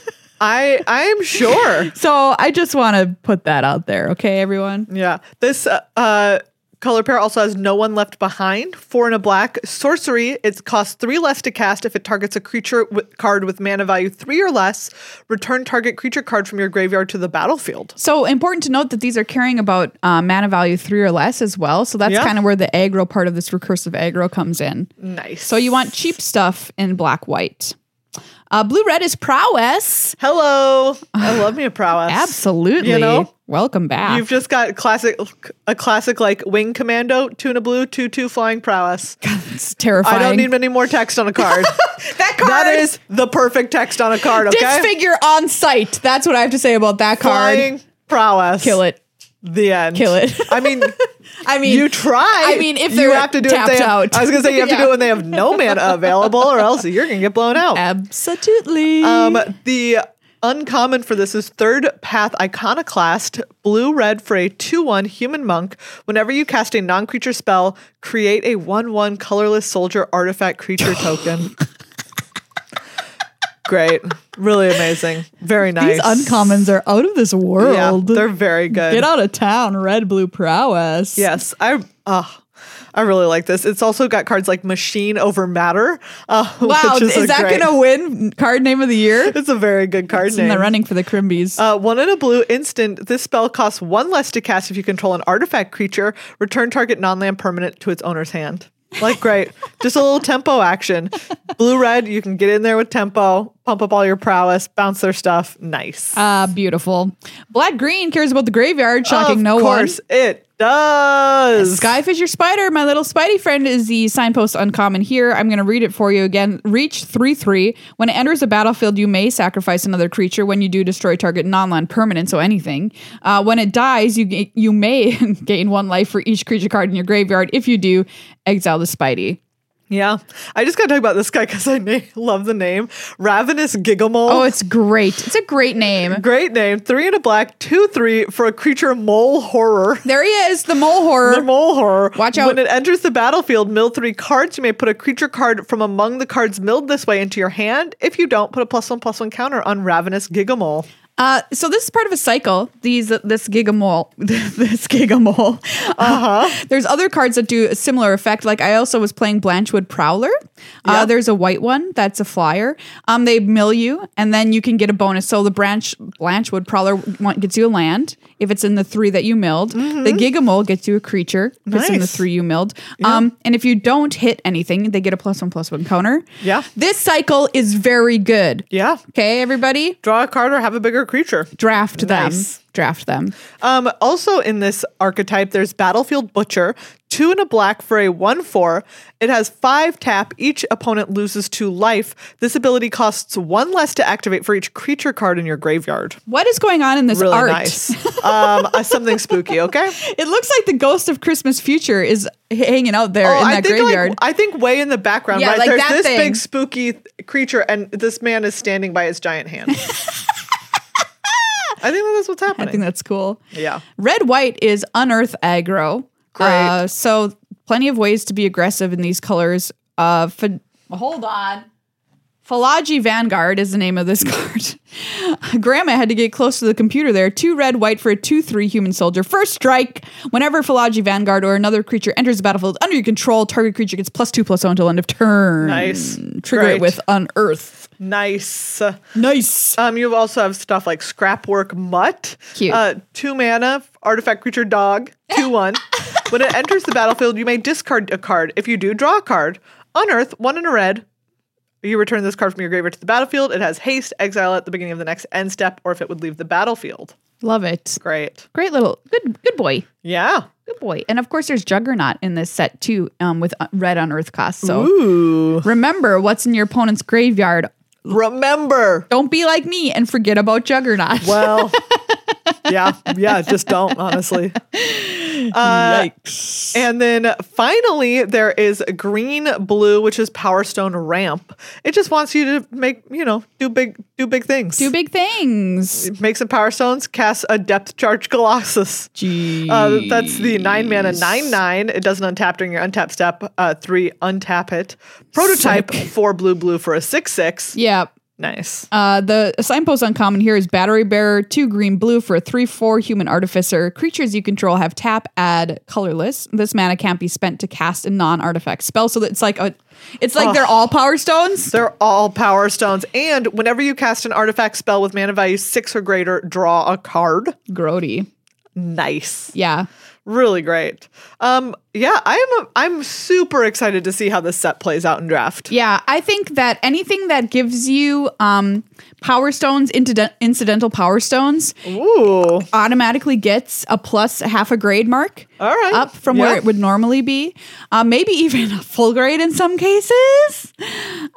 Speaker 2: I I am sure.
Speaker 1: so I just want to put that out there, okay, everyone?
Speaker 2: Yeah. This uh, uh, color pair also has No One Left Behind, four and a black. Sorcery, it costs three less to cast if it targets a creature with card with mana value three or less. Return target creature card from your graveyard to the battlefield.
Speaker 1: So important to note that these are carrying about uh, mana value three or less as well. So that's
Speaker 2: Yeah.
Speaker 1: kind of where the aggro part of this recursive aggro comes in.
Speaker 2: Nice.
Speaker 1: So you want cheap stuff in black white. Uh, Blue red is prowess.
Speaker 2: Hello. I love me a prowess.
Speaker 1: Absolutely.
Speaker 2: You know?
Speaker 1: Welcome back.
Speaker 2: You've just got classic, a classic like wing commando, tuna blue, two two flying prowess.
Speaker 1: it's terrifying.
Speaker 2: I don't need any more text on a card.
Speaker 1: that card.
Speaker 2: that is the perfect text on a card. Okay,
Speaker 1: disfigure on sight. That's what I have to say about that card.
Speaker 2: flying prowess.
Speaker 1: Kill it.
Speaker 2: The end.
Speaker 1: Kill it.
Speaker 2: I mean,
Speaker 1: I mean,
Speaker 2: you try.
Speaker 1: I mean, if
Speaker 2: you
Speaker 1: they're
Speaker 2: have to do it, if
Speaker 1: tapped
Speaker 2: they have-
Speaker 1: out.
Speaker 2: I was gonna say you have to
Speaker 1: Yeah.
Speaker 2: do it when they have no mana available, or else you're gonna get blown out.
Speaker 1: absolutely.
Speaker 2: Um, the uncommon for this is third path iconoclast, blue red for a two one human monk. Whenever you cast a non creature spell, create a one one colorless soldier artifact creature token. Great, really amazing, very nice.
Speaker 1: These uncommons are out of this
Speaker 2: yeah,
Speaker 1: world.
Speaker 2: they're very good.
Speaker 1: Get out of town, red blue prowess.
Speaker 2: Yes, I uh, I really like this. It's also got cards like Machine Over Matter. Uh,
Speaker 1: Wow,
Speaker 2: which
Speaker 1: is,
Speaker 2: is, a
Speaker 1: that
Speaker 2: great-
Speaker 1: going to win card name of the year?
Speaker 2: It's a very good card
Speaker 1: It's in
Speaker 2: name.
Speaker 1: the running for the Crimbies.
Speaker 2: Uh, one in a blue instant. This spell costs one less to cast if you control an artifact creature. Return target non-land permanent to its owner's hand. Like great, just a little tempo action. Blue red, you can get in there with tempo, pump up all your prowess, bounce their stuff. Nice.
Speaker 1: Ah, beautiful. Black green cares about the graveyard, shocking
Speaker 2: of
Speaker 1: no
Speaker 2: course,
Speaker 1: one.
Speaker 2: it does.
Speaker 1: Skyfisher Spider, my little Spidey friend, is the signpost uncommon here. I'm going to read it for you again. Reach 3 3. When it enters the battlefield, you may sacrifice another creature. When you do, destroy target non land permanent, so anything. Uh, when it dies, you, ga- you may gain one life for each creature card in your graveyard. If you do, exile the Spidey.
Speaker 2: Yeah. I just got to talk about this guy because I na- love the name. Ravenous Gigamole.
Speaker 1: Oh, it's great. It's a great name.
Speaker 2: Great name. Three in a black, two, three for a creature mole horror.
Speaker 1: There he is, the mole
Speaker 2: The
Speaker 1: horror.
Speaker 2: mole horror.
Speaker 1: Watch out.
Speaker 2: When it enters the battlefield, mill three cards. You may put a creature card from among the cards milled this way into your hand. If you don't, put a plus one plus one counter on Ravenous Gigamole.
Speaker 1: Uh, so this is part of a cycle. These this gigamole, this gigamole. Uh
Speaker 2: Uh-huh.
Speaker 1: huh. There's other cards that do a similar effect. Like I also was playing Blanchwood Prowler. Uh,
Speaker 2: Yeah.
Speaker 1: There's a white one that's a flyer. Um, they mill you, and then you can get a bonus. So the branch Blanchwood Prowler one gets you a land if it's in the three that you milled. The gigamole gets you a creature if it's in the
Speaker 2: Mm-hmm. Nice.
Speaker 1: three you milled. Um, and if you don't hit anything, they get a plus one plus one counter.
Speaker 2: Yeah.
Speaker 1: This cycle is very good.
Speaker 2: Yeah.
Speaker 1: Okay, everybody
Speaker 2: Draw a card or have a bigger creature.
Speaker 1: draft
Speaker 2: Nice.
Speaker 1: them. Draft them.
Speaker 2: Um, also in this archetype, there's Battlefield Butcher, two and a black for a one four. It has five tap. Each opponent loses two life. This ability costs one less to activate for each creature card in your graveyard.
Speaker 1: What is going on in this
Speaker 2: Really
Speaker 1: art?
Speaker 2: nice. um, uh, something spooky. Okay.
Speaker 1: It looks like the ghost of Christmas future is h- hanging out there in that
Speaker 2: Oh, I think
Speaker 1: graveyard.
Speaker 2: like I think way in the background,
Speaker 1: Yeah,
Speaker 2: right?
Speaker 1: like
Speaker 2: There's
Speaker 1: that
Speaker 2: this
Speaker 1: thing.
Speaker 2: big spooky th- creature, and this man is standing by his giant hand. I think that that's what's
Speaker 1: I
Speaker 2: happening.
Speaker 1: think that's cool.
Speaker 2: yeah.
Speaker 1: Red white is unearth aggro.
Speaker 2: Great.
Speaker 1: Uh, so plenty of ways to be aggressive in these colors. Uh, fa- hold on. Falaji Vanguard is the name of this card. Grandma had to get close to the computer there. Two red, white for a 2 3 human soldier. First strike. Whenever Falaji Vanguard or another creature enters the battlefield under your control, target creature gets plus 2 plus 0 until end of turn.
Speaker 2: Nice.
Speaker 1: Trigger
Speaker 2: Great.
Speaker 1: it with Unearth.
Speaker 2: Nice.
Speaker 1: Nice.
Speaker 2: Um, you also have stuff like Scrapwork Mutt,
Speaker 1: Cute.
Speaker 2: Uh, two mana artifact creature dog, two one. when it enters the battlefield, you may discard a card. If you do, draw a card. Unearth one in a red. You return this card from your graveyard to the battlefield. It has haste, exile at the beginning of the next end step, or if it would leave the battlefield.
Speaker 1: Love it.
Speaker 2: Great.
Speaker 1: Great little, good, good boy.
Speaker 2: Yeah.
Speaker 1: Good boy. And of course, there's Juggernaut in this set too, um, with uh, red unearth cost. So
Speaker 2: Ooh.
Speaker 1: remember what's in your opponent's graveyard.
Speaker 2: Remember.
Speaker 1: Don't be like me and forget about Juggernaut.
Speaker 2: Well. yeah. Yeah. Just don't, honestly. Uh,
Speaker 1: Yikes.
Speaker 2: And then finally, there is green blue, which is Power Stone Ramp. It just wants you to make you know do big do big things.
Speaker 1: Do big things.
Speaker 2: make some power stones. Cast a depth charge Colossus. Uh, that's the nine mana nine nine. It doesn't untap during your untap step. Uh, three untap it. Prototype four blue blue for a six six.
Speaker 1: Yeah.
Speaker 2: Nice.
Speaker 1: Uh, the signpost uncommon here is Battery Bearer, two green blue for a 3 4 human artificer. Creatures you control have tap, add, colorless. This mana can't be spent to cast a non artifact spell. So it's like a, it's like they're all power stones.
Speaker 2: They're all power stones. And whenever you cast an artifact spell with mana value six or greater, draw a card.
Speaker 1: Grody.
Speaker 2: Nice.
Speaker 1: Yeah.
Speaker 2: really great. Um, yeah, I'm I'm super excited to see how this set plays out in draft.
Speaker 1: Yeah, I think that anything that gives you um, power stones, intide- incidental power stones,
Speaker 2: Ooh, all
Speaker 1: automatically gets a plus half a grade mark
Speaker 2: right,
Speaker 1: up from
Speaker 2: Uh, Yeah.
Speaker 1: where it would normally be. Uh, maybe even a full grade in some cases.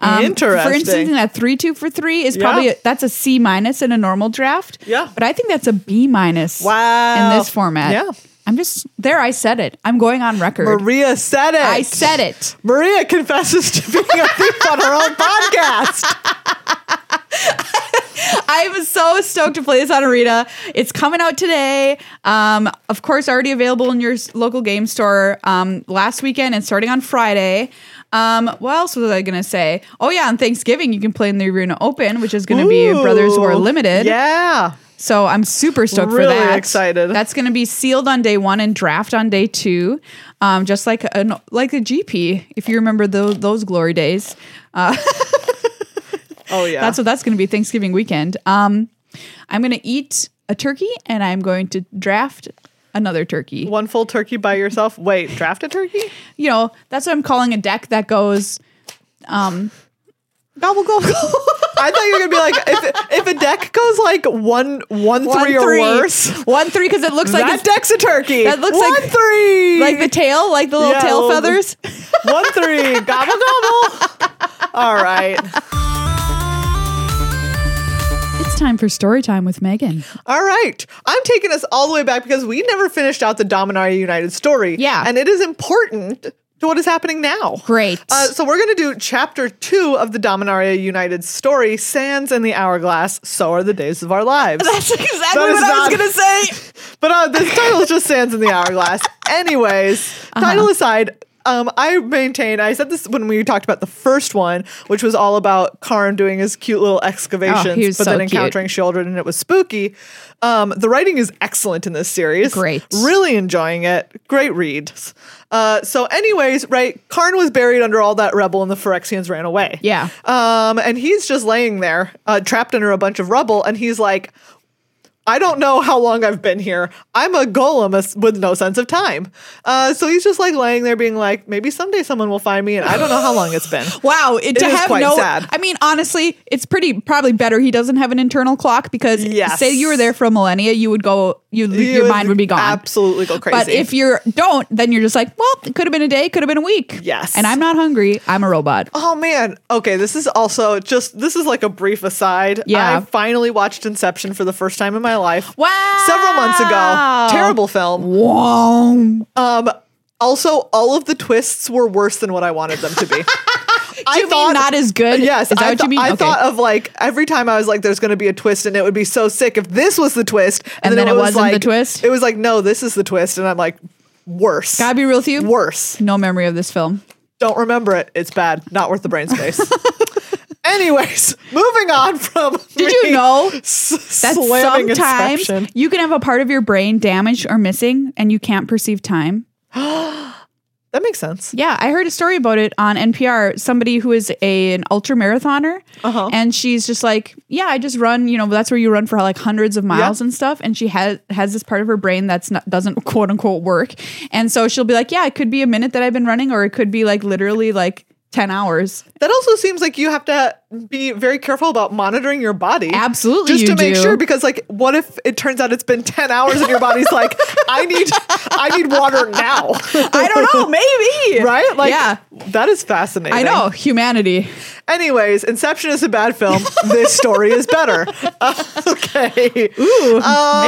Speaker 2: Interesting.
Speaker 1: um, For instance, that three two for three is probably
Speaker 2: Yeah.
Speaker 1: a, that's a C minus in a normal draft.
Speaker 2: Yeah.
Speaker 1: but I think that's a B minus.
Speaker 2: Wow.
Speaker 1: in this format.
Speaker 2: Yeah.
Speaker 1: I'm just there. I said it. I'm going on record.
Speaker 2: Maria said it.
Speaker 1: I said it.
Speaker 2: Maria confesses to being a thief on her own podcast.
Speaker 1: I was so stoked to play this on Arena. It's coming out today. Um, of course, already available in your s- local game store um, last weekend and starting on Friday. Um, what else was I going to say? Oh, yeah, on Thanksgiving, you can play in the Arena Open, which is going to be Brothers War
Speaker 2: Ooh,
Speaker 1: Limited.
Speaker 2: Yeah,
Speaker 1: So I'm super stoked
Speaker 2: Really
Speaker 1: for that.
Speaker 2: excited.
Speaker 1: That's going to be sealed on day one and draft on day two, um, just like an like a GP, if you remember those those glory days.
Speaker 2: oh yeah.
Speaker 1: That's what that's going to be Thanksgiving weekend. Um, I'm going to eat a turkey and I'm going to draft another turkey.
Speaker 2: one full turkey by yourself. Wait, draft a turkey?
Speaker 1: You know, that's what I'm calling a deck that goes um, gobble gobble. gobble.
Speaker 2: I thought you were gonna be like, if, if a deck goes like one one three
Speaker 1: One,
Speaker 2: or worse,
Speaker 1: One three because it looks like
Speaker 2: that
Speaker 1: it's
Speaker 2: deck's a turkey.
Speaker 1: That looks
Speaker 2: one
Speaker 1: like-
Speaker 2: three,
Speaker 1: like the tail, like the little
Speaker 2: Yeah,
Speaker 1: tail
Speaker 2: well, the-
Speaker 1: feathers.
Speaker 2: One three, gobble gobble. All right,
Speaker 1: It's time for story time with Megan.
Speaker 2: all right. I'm taking us all the way back because we never finished out the Dominaria United story.
Speaker 1: Yeah.
Speaker 2: and it is important to what is happening now.
Speaker 1: Great.
Speaker 2: Uh, so we're going to do chapter two of the Dominaria United story, Sands and the Hourglass, So Are the Days of Our Lives.
Speaker 1: That's exactly
Speaker 2: That is
Speaker 1: what I was
Speaker 2: not-
Speaker 1: going to say.
Speaker 2: But uh, the title is just Sands in the Hourglass. Anyways,
Speaker 1: Uh-huh.
Speaker 2: title aside, um, I maintain, I said this when we talked about the first one, which was all about Karn doing his cute little excavations,
Speaker 1: Oh, he was
Speaker 2: but
Speaker 1: so
Speaker 2: then
Speaker 1: cute.
Speaker 2: encountering children and it was spooky. Um, the writing is excellent in this series.
Speaker 1: Great.
Speaker 2: Really enjoying it. Great reads. Uh, so, anyways, right, Karn was buried under all that rubble and the Phyrexians ran away.
Speaker 1: Yeah.
Speaker 2: Um, and he's just laying there, uh, trapped under a bunch of rubble, and he's like, I don't know how long I've been here. I'm a golem as- with no sense of time. Uh, so he's just like laying there, being like, maybe someday someone will find me, and I don't know how long it's been.
Speaker 1: Wow, it, to
Speaker 2: is
Speaker 1: have
Speaker 2: quite
Speaker 1: no.
Speaker 2: sad.
Speaker 1: I mean, honestly, it's pretty probably better he doesn't have an internal clock because
Speaker 2: Yes.
Speaker 1: say you were there for a millennia, you would go, you, your
Speaker 2: You
Speaker 1: mind would be gone.
Speaker 2: Absolutely go crazy.
Speaker 1: But if you don't, then you're just like, well, it could have been a day, could have been a week.
Speaker 2: Yes.
Speaker 1: And I'm not hungry. I'm a robot.
Speaker 2: Oh man. Okay, this is also just this is like a brief aside.
Speaker 1: Yeah.
Speaker 2: I finally watched Inception for the first time in my life.
Speaker 1: Wow.
Speaker 2: Several months ago. Terrible film.
Speaker 1: Wong.
Speaker 2: Um, also, all of the twists were worse than what I wanted them to be. I
Speaker 1: you mean not as good?
Speaker 2: Yes,
Speaker 1: Is that
Speaker 2: I
Speaker 1: what you
Speaker 2: thou-
Speaker 1: mean?
Speaker 2: I
Speaker 1: Okay.
Speaker 2: thought uh, of like every time I was like, "There's going to be a twist," and it would be so sick if this was the twist,
Speaker 1: And then it wasn't the twist?
Speaker 2: It was like, "No, this is the twist," and I'm like, "Worse,
Speaker 1: Gotta be real with you.
Speaker 2: worse."
Speaker 1: No memory of this film.
Speaker 2: Don't remember it. It's bad. Not worth the brain space. Anyways, moving on from.
Speaker 1: Did
Speaker 2: me
Speaker 1: you know
Speaker 2: s-
Speaker 1: that
Speaker 2: slamming
Speaker 1: sometimes
Speaker 2: Inception.
Speaker 1: you can have a part of your brain damaged or missing and you can't perceive time?
Speaker 2: that makes sense?
Speaker 1: Yeah, I heard a story about it on NPR. Somebody who is a, an ultra marathoner,
Speaker 2: Uh-huh.
Speaker 1: and she's just like, "Yeah, I just run. You know, that's where you run for like hundreds of miles and stuff." And she has has this part of her brain that's not doesn't quote unquote work, and so she'll be like, "Yeah, it could be a minute that I've been running, or it could be like literally like ten hours."
Speaker 2: That also seems like you have to be very careful about monitoring your body.
Speaker 1: Absolutely,
Speaker 2: Just
Speaker 1: you
Speaker 2: to make
Speaker 1: do.
Speaker 2: sure, because like, what if it turns out it's been ten hours and your body's like, I need, I need water now,
Speaker 1: I don't know, maybe
Speaker 2: right? Like,
Speaker 1: yeah,
Speaker 2: that is fascinating.
Speaker 1: I know humanity.
Speaker 2: Anyways, Inception is a bad film. this story is better. okay.
Speaker 1: Ooh,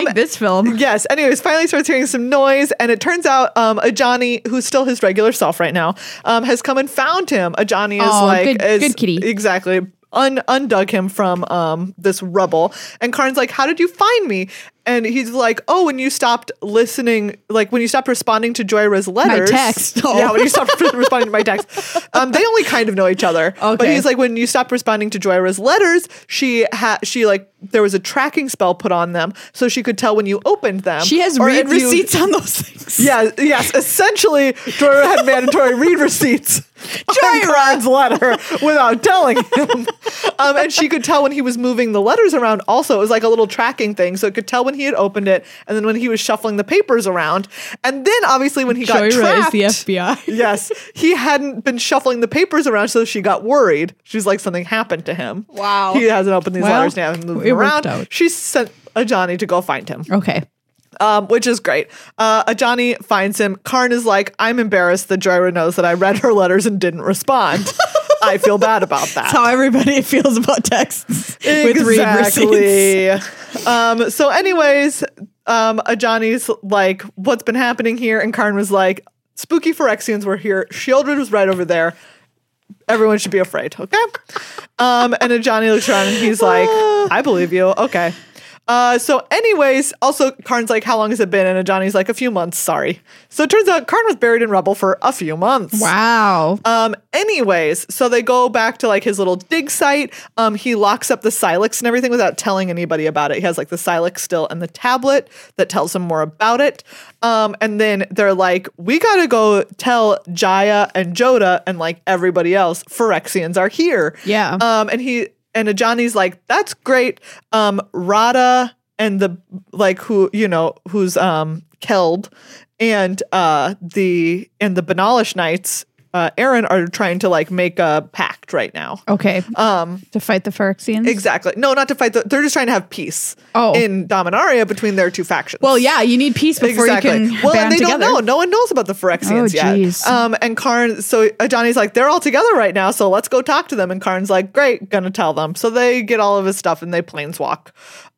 Speaker 1: make this film.
Speaker 2: Yes. Anyways, finally starts hearing some noise, and it turns out um, a Johnny, who's still his regular self right now, um, has come and found him. A Johnny is
Speaker 1: Aw,
Speaker 2: like
Speaker 1: good-
Speaker 2: is-
Speaker 1: good kitty.
Speaker 2: exactly un- undug him from um, this rubble, and Karn's like, "How did you find me?" And he's like, "Oh, when you stopped listening, like when you stopped responding to Joyra's letters,
Speaker 1: text. Oh.
Speaker 2: yeah, when you stopped responding to my text, um, they only kind of know each other. But
Speaker 1: Okay.
Speaker 2: he's like, when you stopped responding to Joyra's letters, she had she like there was a tracking spell put on them, so she could tell when you opened them.
Speaker 1: She has
Speaker 2: Or
Speaker 1: read
Speaker 2: if you-
Speaker 1: receipts on those things.
Speaker 2: Yeah, yes. Essentially, Joyra had mandatory read receipts on Ron's letter without telling him. Um, and she could tell when he was moving the letters around also. It was like a little tracking thing. So it could tell when he had opened it and then when he was shuffling the papers around. And then obviously when he got
Speaker 1: Joyra
Speaker 2: trapped.
Speaker 1: is the FBI.
Speaker 2: yes, he hadn't been shuffling the papers around, so she got worried. She's like, something happened to him.
Speaker 1: Wow.
Speaker 2: He hasn't opened these
Speaker 1: Well,
Speaker 2: letters now and moved
Speaker 1: it
Speaker 2: them
Speaker 1: worked
Speaker 2: around.
Speaker 1: out.
Speaker 2: She sent a Johnny to go find him
Speaker 1: Okay.
Speaker 2: um, which is great. Uh, Ajani finds him. Karn is like, I'm embarrassed that Joyra knows that I read her letters and didn't respond. I feel bad about that.
Speaker 1: That's how everybody feels about texts with read receipts.
Speaker 2: Exactly. Um, so, anyways, um, Ajani's like, what's been happening here? And Karn was like, spooky Phyrexians were here. Shieldred was right over there. Everyone should be afraid, okay? um, and Ajani looks around and he's like, I believe you. Okay. Uh, so, anyways, also Karn's like, how long has it been? And Ajani's like, a few months, sorry. So it turns out Karn was buried in rubble for a few months.
Speaker 1: Wow.
Speaker 2: Um, anyways, so they go back to like his little dig site. Um, he locks up the silex and everything without telling anybody about it. He has like the silex still and the tablet that tells him more about it. Um, and then they're like, we gotta go tell Jaya and Joda and like everybody else, Phyrexians are here.
Speaker 1: Yeah.
Speaker 2: Um, and he and Ajani's like, that's great. Um, Rada and the like who you know who's um Keld and uh the and the Banalish Knights, uh, Aaron are trying to like make a pact right now.
Speaker 1: Okay. Um, to fight the Phyrexians.
Speaker 2: Exactly. No, not to fight. The, they're just trying to have peace
Speaker 1: Oh.
Speaker 2: in Dominaria between their two factions.
Speaker 1: well, yeah, you need peace before you can
Speaker 2: Well,
Speaker 1: band
Speaker 2: and they
Speaker 1: together.
Speaker 2: don't know. No one knows about the Phyrexians
Speaker 1: Oh, geez.
Speaker 2: yet. Um, and Karn, so Johnny's like, they're all together right now, so let's go talk to them. And Karn's like, great, gonna tell them. So they get all of his stuff and they planeswalk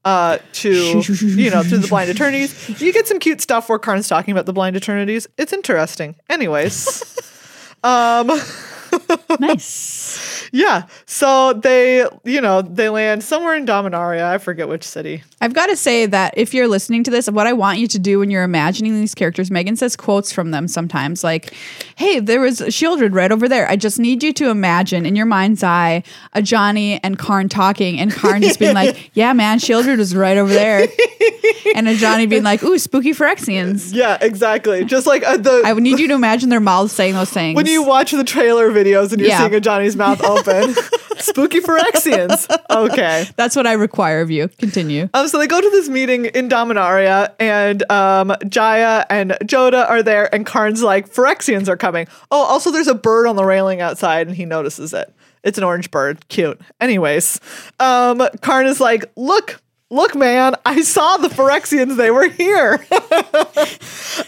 Speaker 2: uh, to, you know, to the Blind Eternities. You get some cute stuff where Karn's talking about the Blind Eternities. It's interesting. Anyways. Um,
Speaker 1: nice.
Speaker 2: yeah. So they, you know, they land somewhere in Dominaria. I forget which city.
Speaker 1: I've got to say that if you're listening to this, what I want you to do when you're imagining these characters, Megan says quotes from them sometimes, like, "Hey, there was Shieldred right over there. I just need you to imagine in your mind's eye a Johnny and Karn talking, and Karn just being like, "Yeah, man, Shieldred was right over there," and a Johnny being like, "Ooh, spooky Phyrexians."
Speaker 2: Yeah, exactly. Just like uh, the
Speaker 1: I would need you to imagine their mouths saying those things.
Speaker 2: when you watch the trailer videos and you're
Speaker 1: Yeah.
Speaker 2: seeing a Johnny's mouth open. Spooky Phyrexians. Okay.
Speaker 1: That's what I require of you. Continue.
Speaker 2: Um, so they go to this meeting in Dominaria, and um, Jaya and Joda are there, and Karn's like, Phyrexians are coming. Oh, also, there's a bird on the railing outside, and he notices it. It's an orange bird. Cute. Anyways, um, Karn is like, Look, look, man, I saw the Phyrexians. They were here.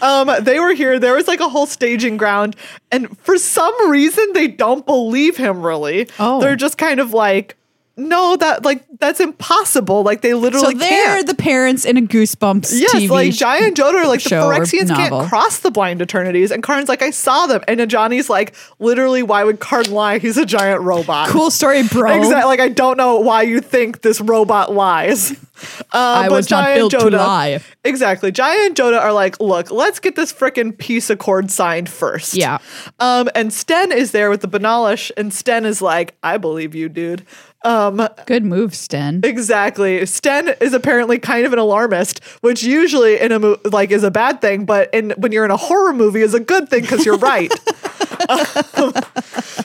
Speaker 2: um, they were here. There was like a whole staging ground, and for some reason, they don't believe him really.
Speaker 1: Oh.
Speaker 2: They're just kind of like, no, that like that's impossible. Like they literally
Speaker 1: So
Speaker 2: like,
Speaker 1: they're
Speaker 2: can't.
Speaker 1: the parents in a Goosebumps
Speaker 2: Yes,
Speaker 1: TV
Speaker 2: like Jaya and Joda are like the
Speaker 1: show or
Speaker 2: Phyrexians
Speaker 1: novel.
Speaker 2: can't cross the blind eternities, and Karn's like, I saw them, and Johnny's like, literally, why would Karn lie? He's a giant robot.
Speaker 1: cool story, bro.
Speaker 2: Exactly. Like I don't know why you think this robot lies. Uh,
Speaker 1: I
Speaker 2: but
Speaker 1: was not
Speaker 2: Jaya and
Speaker 1: built to
Speaker 2: Joda-
Speaker 1: lie.
Speaker 2: Exactly. Jaya and Joda are like, look, let's get this frickin' peace accord signed first.
Speaker 1: Yeah.
Speaker 2: Um, and Sten is there with the Banalish, and Sten is like, I believe you, dude. Um,
Speaker 1: Good move, Sten.
Speaker 2: Exactly. Sten is apparently kind of an alarmist, which usually in a mo- like is a bad thing, but in when you're in a horror movie is a good thing because you're right. Um,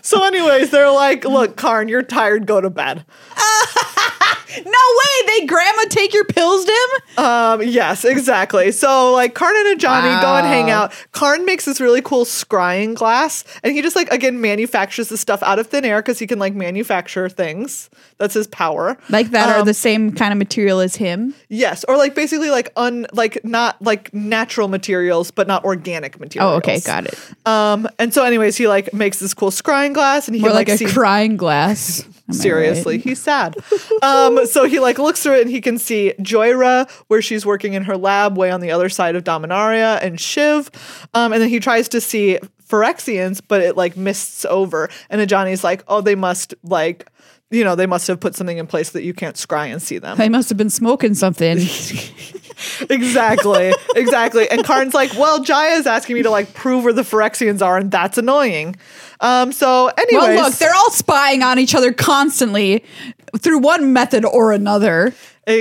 Speaker 2: so, anyways, they're like, "Look, Karn, you're tired. Go to bed."
Speaker 1: No way! They grandma take your pills, Dim?
Speaker 2: Um, yes, exactly. So, like, Karn and Johnny go and hang
Speaker 1: Wow.
Speaker 2: out. Karn makes this really cool scrying glass, and he just like again manufactures the stuff out of thin air because he can like manufacture things. That's his power.
Speaker 1: Like that are
Speaker 2: Um,
Speaker 1: the same kind of material as him.
Speaker 2: Yes, or like basically like un like not like natural materials, but not organic materials.
Speaker 1: Oh, okay, got it.
Speaker 2: Um, and so, anyways, he like makes this cool scrying glass, and he
Speaker 1: More
Speaker 2: can, like,
Speaker 1: like, a
Speaker 2: see
Speaker 1: crying glass. Am I
Speaker 2: seriously,
Speaker 1: right?
Speaker 2: he's sad. um, so he like looks through it, and he can see Joyra where she's working in her lab, way on the other side of Dominaria, and Shiv. Um, and then he tries to see Phyrexians, but it like mists over, and Ajani's like, oh, they must like. You know, they must have put something in place that you can't scry and see them.
Speaker 1: They must have been smoking something.
Speaker 2: Exactly, exactly. And Karn's like, well, Jaya is asking me to like prove where the Phyrexians are, and that's annoying. Um, so anyways,
Speaker 1: well, look, they're all spying on each other constantly through one method or another.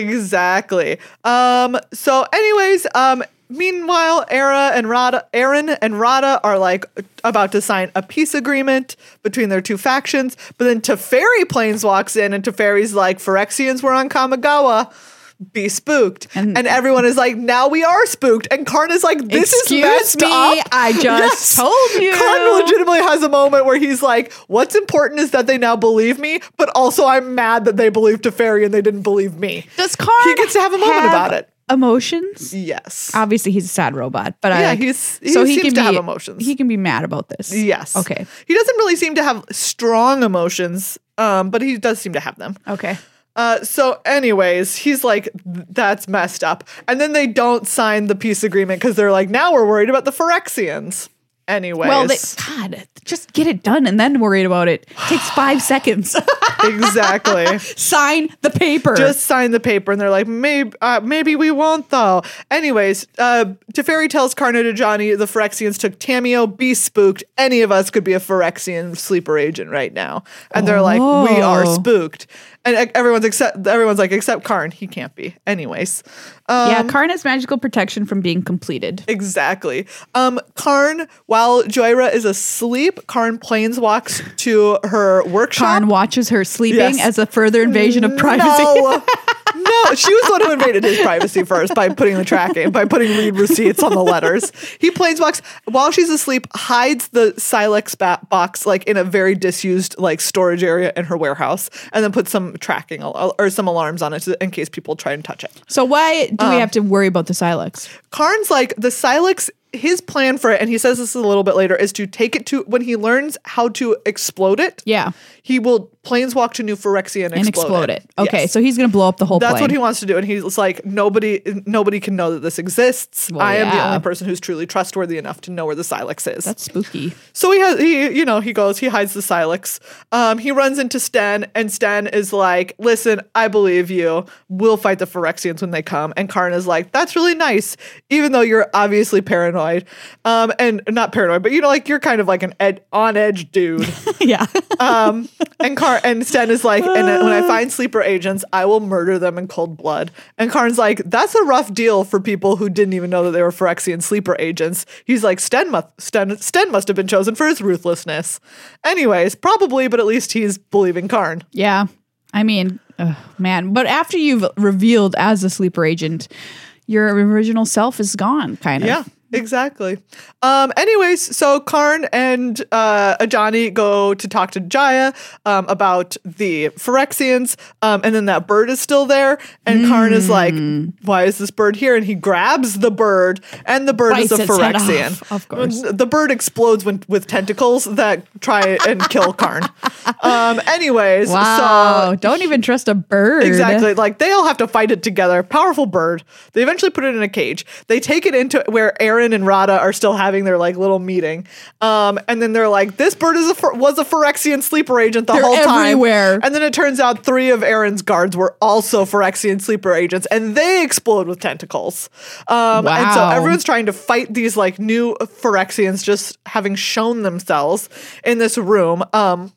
Speaker 2: exactly. Um, so anyways, um, meanwhile, Era and Rada, Aaron and Rada are like about to sign a peace agreement between their two factions, but then Teferi Plains walks in, and Teferi's like, Phyrexians were on Kamigawa. Be spooked,
Speaker 1: And-
Speaker 2: and, everyone is like, "Now we are spooked." And Karn is like, "This
Speaker 1: Excuse
Speaker 2: is messed
Speaker 1: me,
Speaker 2: up."
Speaker 1: I just told you.
Speaker 2: Karn legitimately has a moment where he's like, "What's important is that they now believe me, but also I'm mad that they believed Teferi and they didn't believe me."
Speaker 1: Does Karn
Speaker 2: He gets to have a moment about it.
Speaker 1: Emotions?
Speaker 2: Yes.
Speaker 1: Obviously, he's a sad robot, but I
Speaker 2: Yeah,
Speaker 1: like-
Speaker 2: he's- he seems to have emotions.
Speaker 1: He can be mad about this.
Speaker 2: yes.
Speaker 1: Okay.
Speaker 2: He doesn't really seem to have strong emotions, um, but he does seem to have them.
Speaker 1: Okay.
Speaker 2: Uh, so, anyways, he's like, "That's messed up," and then they don't sign the peace agreement because they're like, "Now we're worried about the Phyrexians." Anyways,
Speaker 1: Well, they, God, just get it done and then worried about it. Takes five seconds.
Speaker 2: exactly.
Speaker 1: Sign the paper.
Speaker 2: just sign the paper and they're like maybe uh, maybe we won't though anyways uh Teferi tells Karna to Johnny the Phyrexians took Tamio be spooked any of us could be a Phyrexian sleeper agent right now and they're like we are
Speaker 1: Oh.
Speaker 2: spooked and e- everyone's except everyone's like except Karn he can't be anyways um,
Speaker 1: yeah, Karn has magical protection from being completed.
Speaker 2: Exactly. Um, Karn, while Joyra is asleep, Karn planeswalks to her workshop.
Speaker 1: Karn watches her sleeping
Speaker 2: Yes.
Speaker 1: as a further invasion of privacy.
Speaker 2: No. No, she was the one who invaded his privacy first by putting the tracking, by putting read receipts on the letters. He planeswalks while she's asleep, hides the Silex ba- box like in a very disused like storage area in her warehouse, and then puts some tracking al- or some alarms on it to- in case people try and touch it.
Speaker 1: So why do we have to worry about the Silex?
Speaker 2: Karn's like the Silex his plan for it, and he says this a little bit later, is to take it to when he learns how to explode it.
Speaker 1: Yeah.
Speaker 2: he will planeswalk to New Phyrexia and,
Speaker 1: and explode it. Okay,
Speaker 2: Yes.
Speaker 1: so he's gonna blow up the whole.
Speaker 2: That's what
Speaker 1: plane.
Speaker 2: he wants to do, and he's like, nobody, nobody can know that this exists.
Speaker 1: Well,
Speaker 2: I am the
Speaker 1: yeah.
Speaker 2: only person who's truly trustworthy enough to know where the Silex is.
Speaker 1: That's spooky.
Speaker 2: so he has, he, you know, he goes, he hides the Silex. Um, he runs into Sten, and Sten is like, "Listen, I believe you. We'll fight the Phyrexians when they come." And Karn is like, "That's really nice, even though you're obviously paranoid, um, and not paranoid, but you know, like you're kind of like an ed- on edge dude."
Speaker 1: yeah.
Speaker 2: Um, and Car and Sten is like, and when I find sleeper agents, I will murder them in cold blood. And Karn's like, that's a rough deal for people who didn't even know that they were Phyrexian sleeper agents. He's like, Sten must Sten, Sten must have been chosen for his ruthlessness. Anyways, probably, but at least he's believing Karn.
Speaker 1: yeah. I mean, ugh, man. But after you've revealed as a sleeper agent, your original self is gone, kind of.
Speaker 2: Yeah, exactly. Um, anyways, so Karn and uh, Ajani go to talk to Jaya um, about the Phyrexians, um, and then that bird is still there. And Karn is like,
Speaker 1: Hmm.
Speaker 2: "Why is this bird here?" And he grabs the bird, and the bird is
Speaker 1: Bites
Speaker 2: a
Speaker 1: its head
Speaker 2: Phyrexian.
Speaker 1: off, of course.
Speaker 2: the bird explodes when, with tentacles that try and kill Karn. Um, anyways,
Speaker 1: Wow.
Speaker 2: so
Speaker 1: Don't even trust a bird.
Speaker 2: Exactly. Like they all have to fight it together. Powerful bird. They eventually put it in a cage. They take it into where Aaron and Rada are still having their like little meeting. Um, and then they're like, "This bird is a phyr- was a Phyrexian sleeper agent the
Speaker 1: They're
Speaker 2: whole time."
Speaker 1: everywhere.
Speaker 2: And then it turns out three of Aaron's guards were also Phyrexian sleeper agents, and they explode with tentacles. Um, And so
Speaker 1: Wow.
Speaker 2: everyone's trying to fight these like new Phyrexians just having shown themselves in this room. Um,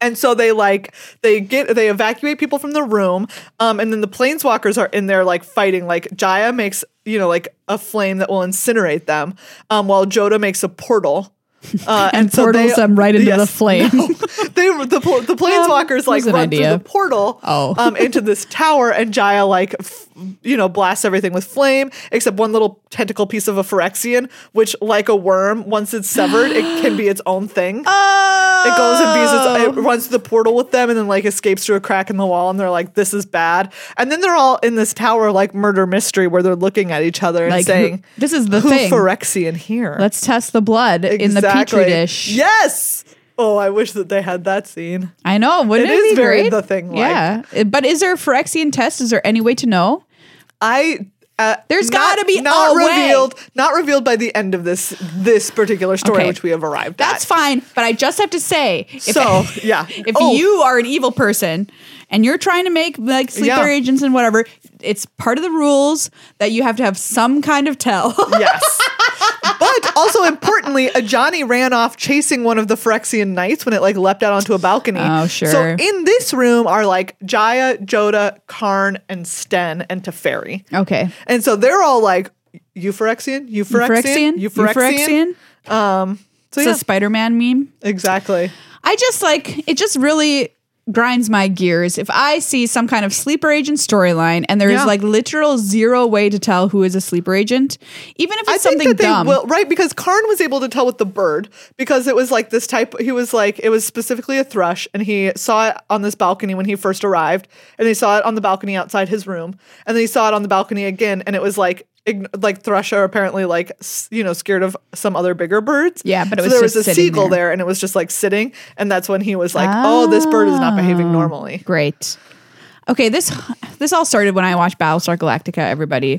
Speaker 2: and so they like they get they evacuate people from the room, um, and then the planeswalkers are in there like fighting. Like Jaya makes you know like a flame that will incinerate them, um, while Joda makes a portal. Uh,
Speaker 1: And, portals them right into the
Speaker 2: yes.
Speaker 1: flame.
Speaker 2: they the pl- the planeswalkers like
Speaker 1: was an
Speaker 2: run
Speaker 1: idea.
Speaker 2: through the portal
Speaker 1: Oh.
Speaker 2: um into this tower and Jaya like f- you know blasts everything with flame except one little tentacle piece of a Phyrexian which like a worm once it's severed it can be its own thing it goes
Speaker 1: Oh.
Speaker 2: and bees its, it runs through the portal with them and then like escapes through a crack in the wall and they're like this is bad and then they're all in this tower like murder mystery where they're looking at each other and
Speaker 1: Like, who-
Speaker 2: saying
Speaker 1: this is the
Speaker 2: who
Speaker 1: thing.
Speaker 2: Phyrexian here
Speaker 1: Let's test the blood in the petri
Speaker 2: Exactly.
Speaker 1: dish.
Speaker 2: yes oh I wish that they had that scene.
Speaker 1: I know. Wouldn't
Speaker 2: It
Speaker 1: it,
Speaker 2: is
Speaker 1: be
Speaker 2: very
Speaker 1: great?
Speaker 2: the thing, like-
Speaker 1: Yeah. It- But is there a Phyrexian test? Is there any way to know?
Speaker 2: I uh,
Speaker 1: There's
Speaker 2: not-
Speaker 1: gotta be
Speaker 2: not
Speaker 1: a way.
Speaker 2: revealed not revealed by the end of this this particular story
Speaker 1: Okay.
Speaker 2: which we have arrived
Speaker 1: That's
Speaker 2: at.
Speaker 1: fine. But I just have to say, if,
Speaker 2: so yeah
Speaker 1: if
Speaker 2: Oh,
Speaker 1: you are an evil person and you're trying to make like sleeper
Speaker 2: Yeah.
Speaker 1: agents and whatever, it's part of the rules that you have to have some kind of tell.
Speaker 2: yes. But also importantly, Ajani ran off chasing one of the Phyrexian knights when it like leapt out onto a balcony.
Speaker 1: Oh,
Speaker 2: So
Speaker 1: sure.
Speaker 2: in this room are like Jaya, Joda, Karn, and Sten and Teferi.
Speaker 1: okay.
Speaker 2: And so they're all like, you Phyrexian, you Phyrexian,
Speaker 1: Phyrexian?
Speaker 2: you Phyrexian.
Speaker 1: Euphrexian?
Speaker 2: Um, so
Speaker 1: It's
Speaker 2: yeah,
Speaker 1: a Spider Man meme.
Speaker 2: exactly.
Speaker 1: I just like it just really grinds my gears if I see some kind of sleeper agent storyline and there is
Speaker 2: Yeah.
Speaker 1: like literal zero way to tell who is a sleeper agent, even if it's something
Speaker 2: they
Speaker 1: dumb.
Speaker 2: will right because Karn was able to tell with the bird because it was like this type. He was like it was specifically a thrush, and he saw it on this balcony when he first arrived, and he saw it on the balcony outside his room, and then he saw it on the balcony again, and it was like. ign- Like thrush are apparently like s- you know scared of some other bigger birds.
Speaker 1: Yeah, but it was
Speaker 2: so there
Speaker 1: just
Speaker 2: was a
Speaker 1: sitting
Speaker 2: seagull
Speaker 1: there.
Speaker 2: there. and it was just like sitting, and that's when he was like, "Oh, this bird is not
Speaker 1: Ah.
Speaker 2: behaving normally."
Speaker 1: Great. Okay, this this all started when I watched Battlestar Galactica. Everybody,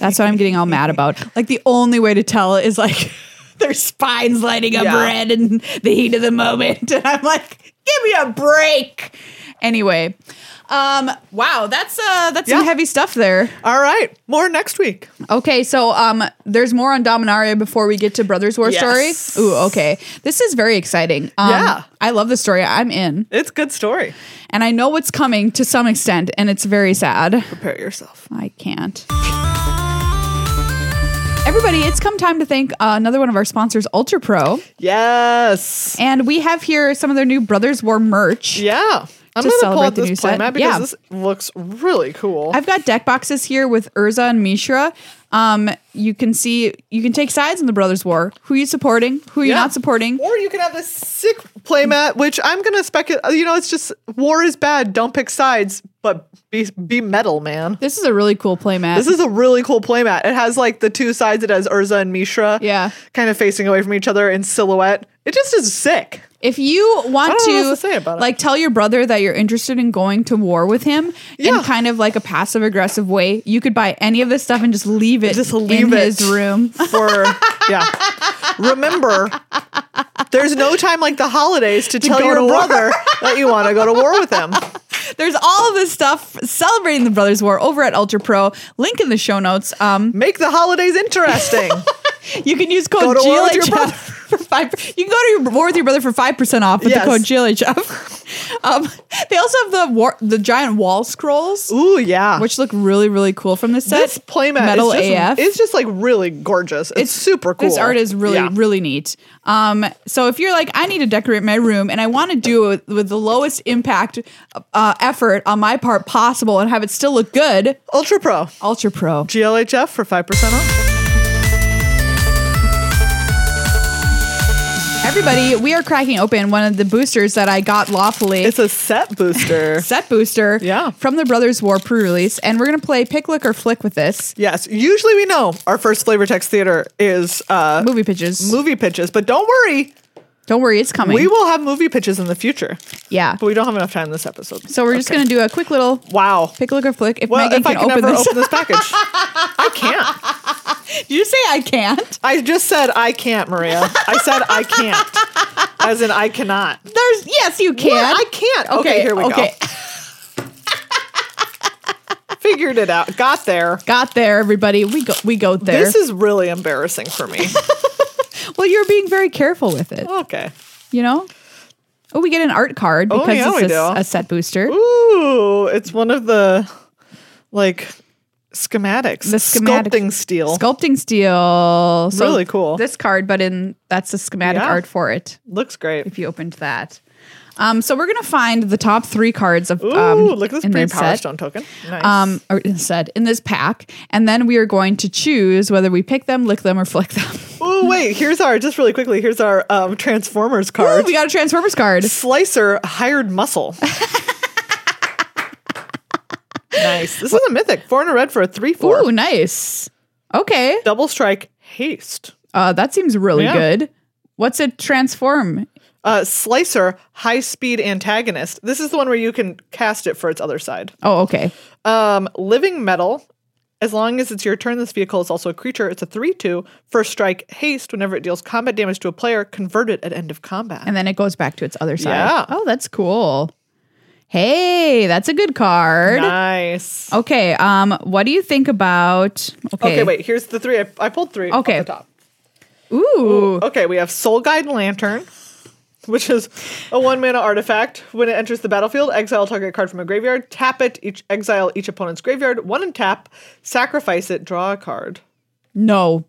Speaker 1: that's what I'm getting all mad about. Like the only way to tell is like their spines lighting up
Speaker 2: Yeah.
Speaker 1: red in the heat of the moment, and I'm like, give me a break. Anyway, um, wow, that's uh, that's
Speaker 2: Yeah.
Speaker 1: some heavy stuff there.
Speaker 2: All right, more next week.
Speaker 1: Okay, so um, there's more on Dominaria before we get to Brothers War
Speaker 2: Yes.
Speaker 1: Story. Ooh, okay, this is very exciting. Um,
Speaker 2: Yeah.
Speaker 1: I love the story. I'm in,
Speaker 2: It's a good story.
Speaker 1: and I know what's coming to some extent, and it's very sad.
Speaker 2: Prepare yourself.
Speaker 1: I can't. Everybody, it's come time to thank uh, another one of our sponsors, Ultra Pro,
Speaker 2: Yes.
Speaker 1: and we have here some of their new Brothers War merch.
Speaker 2: Yeah.
Speaker 1: to
Speaker 2: I'm going to pull
Speaker 1: celebrate
Speaker 2: out
Speaker 1: the
Speaker 2: this
Speaker 1: new set.
Speaker 2: playmat because
Speaker 1: Yeah.
Speaker 2: this looks really cool.
Speaker 1: I've got deck boxes here with Urza and Mishra. Um, you can see you can take sides in the Brothers War. Who are you supporting? Who are you
Speaker 2: Yeah.
Speaker 1: not supporting?
Speaker 2: Or you can have this sick playmat, which I'm gonna speculate. You know, it's just war is bad. Don't pick sides, but be be metal, man.
Speaker 1: This is a really cool playmat.
Speaker 2: This is a really cool playmat. It has like the two sides. It has Urza and Mishra,
Speaker 1: Yeah.
Speaker 2: kind of facing away from each other in silhouette. It just is sick.
Speaker 1: If you want
Speaker 2: I don't know what
Speaker 1: to,
Speaker 2: else to say about it.
Speaker 1: like tell your brother that you're interested in going to war with him
Speaker 2: Yeah.
Speaker 1: in kind of like a passive aggressive way, you could buy any of this stuff and just leave it
Speaker 2: Just leave
Speaker 1: in
Speaker 2: it.
Speaker 1: his room.
Speaker 2: For yeah, remember, there's no time like the holidays to,
Speaker 1: go
Speaker 2: tell
Speaker 1: to
Speaker 2: your
Speaker 1: war.
Speaker 2: brother that you want to go to war with him.
Speaker 1: There's all of this stuff celebrating the Brothers War over at Ultra Pro. Link in the show notes. Um,
Speaker 2: Make the holidays interesting.
Speaker 1: you can use code
Speaker 2: Go to war with your
Speaker 1: GLHF
Speaker 2: brother.
Speaker 1: for five. You can go to your war with your brother for five percent off with
Speaker 2: Yes.
Speaker 1: the code GLHF. Um, they also have the war, the giant wall scrolls,
Speaker 2: Ooh yeah,
Speaker 1: which look really really cool from this set.
Speaker 2: this playmat
Speaker 1: metal
Speaker 2: is just,
Speaker 1: AF.
Speaker 2: It's just like really gorgeous. It's, super cool.
Speaker 1: This art is really,
Speaker 2: Yeah.
Speaker 1: really neat. Um, so if you're like, I need to decorate my room and I want to do it with, with the lowest impact uh, effort on my part possible and have it still look good,
Speaker 2: ultra pro.
Speaker 1: Ultra Pro.
Speaker 2: GLHF for five percent off.
Speaker 1: Everybody, we are cracking open one of the boosters that I got lawfully.
Speaker 2: It's a set booster.
Speaker 1: set booster
Speaker 2: Yeah.
Speaker 1: from the Brothers War pre release, and we're gonna play Pick Lick or Flick with this.
Speaker 2: yes. Usually we know our first flavor text theater is uh,
Speaker 1: Movie pitches.
Speaker 2: movie pitches, but don't worry,
Speaker 1: Don't worry, it's coming.
Speaker 2: we will have movie pitches in the future.
Speaker 1: yeah.
Speaker 2: But we don't have enough time this episode.
Speaker 1: So we're just gonna do a quick little
Speaker 2: Wow.
Speaker 1: pick lick or flick. If
Speaker 2: Well,
Speaker 1: Megan
Speaker 2: if I
Speaker 1: can,
Speaker 2: can
Speaker 1: open
Speaker 2: ever
Speaker 1: this,
Speaker 2: open this package, I can't.
Speaker 1: Did you say I can't?
Speaker 2: I just said I can't, Maria. I said I can't, as in I cannot.
Speaker 1: There's yes, you can.
Speaker 2: I can't. Okay, here we go. Figured it out. Got there.
Speaker 1: Got there, everybody. We go we go there.
Speaker 2: This is really embarrassing for me.
Speaker 1: well, you're being very careful with it.
Speaker 2: okay.
Speaker 1: You know? Oh, we get an art card
Speaker 2: Oh,
Speaker 1: because
Speaker 2: yeah, we
Speaker 1: it's a,
Speaker 2: do.
Speaker 1: a set booster.
Speaker 2: Ooh, it's one of the like schematics.
Speaker 1: The schematic-
Speaker 2: sculpting steel.
Speaker 1: Sculpting steel. So
Speaker 2: Really cool.
Speaker 1: This card, but in that's the schematic
Speaker 2: Yeah.
Speaker 1: art for it.
Speaker 2: Looks great.
Speaker 1: If you opened that. Um, so we're gonna find the top three cards of
Speaker 2: Ooh,
Speaker 1: um,
Speaker 2: look at this
Speaker 1: in
Speaker 2: pretty
Speaker 1: this
Speaker 2: power
Speaker 1: set.
Speaker 2: stone token. Nice.
Speaker 1: Um, or instead in this pack, and then we are going to choose whether we pick them, lick them, or flick them.
Speaker 2: Ooh, wait, here's our just really quickly, here's our um Transformers
Speaker 1: Ooh,
Speaker 2: card.
Speaker 1: we got a Transformers card.
Speaker 2: Slicer hired muscle. nice. This is a mythic. Four and a red for a three four.
Speaker 1: Ooh, nice. Okay.
Speaker 2: Double strike haste.
Speaker 1: Uh, that seems really
Speaker 2: Yeah.
Speaker 1: good. What's it transform?
Speaker 2: Uh, Slicer, high speed antagonist. This is the one where you can cast it for its other side.
Speaker 1: Oh, okay.
Speaker 2: Um, living metal. As long as it's your turn, this vehicle is also a creature. It's a 3 2. First strike, haste. Whenever it deals combat damage to a player, convert it at end of combat.
Speaker 1: And then it goes back to its other side.
Speaker 2: Yeah.
Speaker 1: Oh, that's cool. Hey, that's a good card.
Speaker 2: nice.
Speaker 1: Okay. Um, what do you think about? Okay.
Speaker 2: Okay. wait. Here's the three. I, I pulled three
Speaker 1: Okay.
Speaker 2: off the top.
Speaker 1: Ooh.
Speaker 2: Okay, we have Soul Guide Lantern, which is a one mana artifact. When it enters the battlefield, exile target card from a graveyard, tap it, each exile each opponent's graveyard, one and tap, sacrifice it, draw a card.
Speaker 1: No.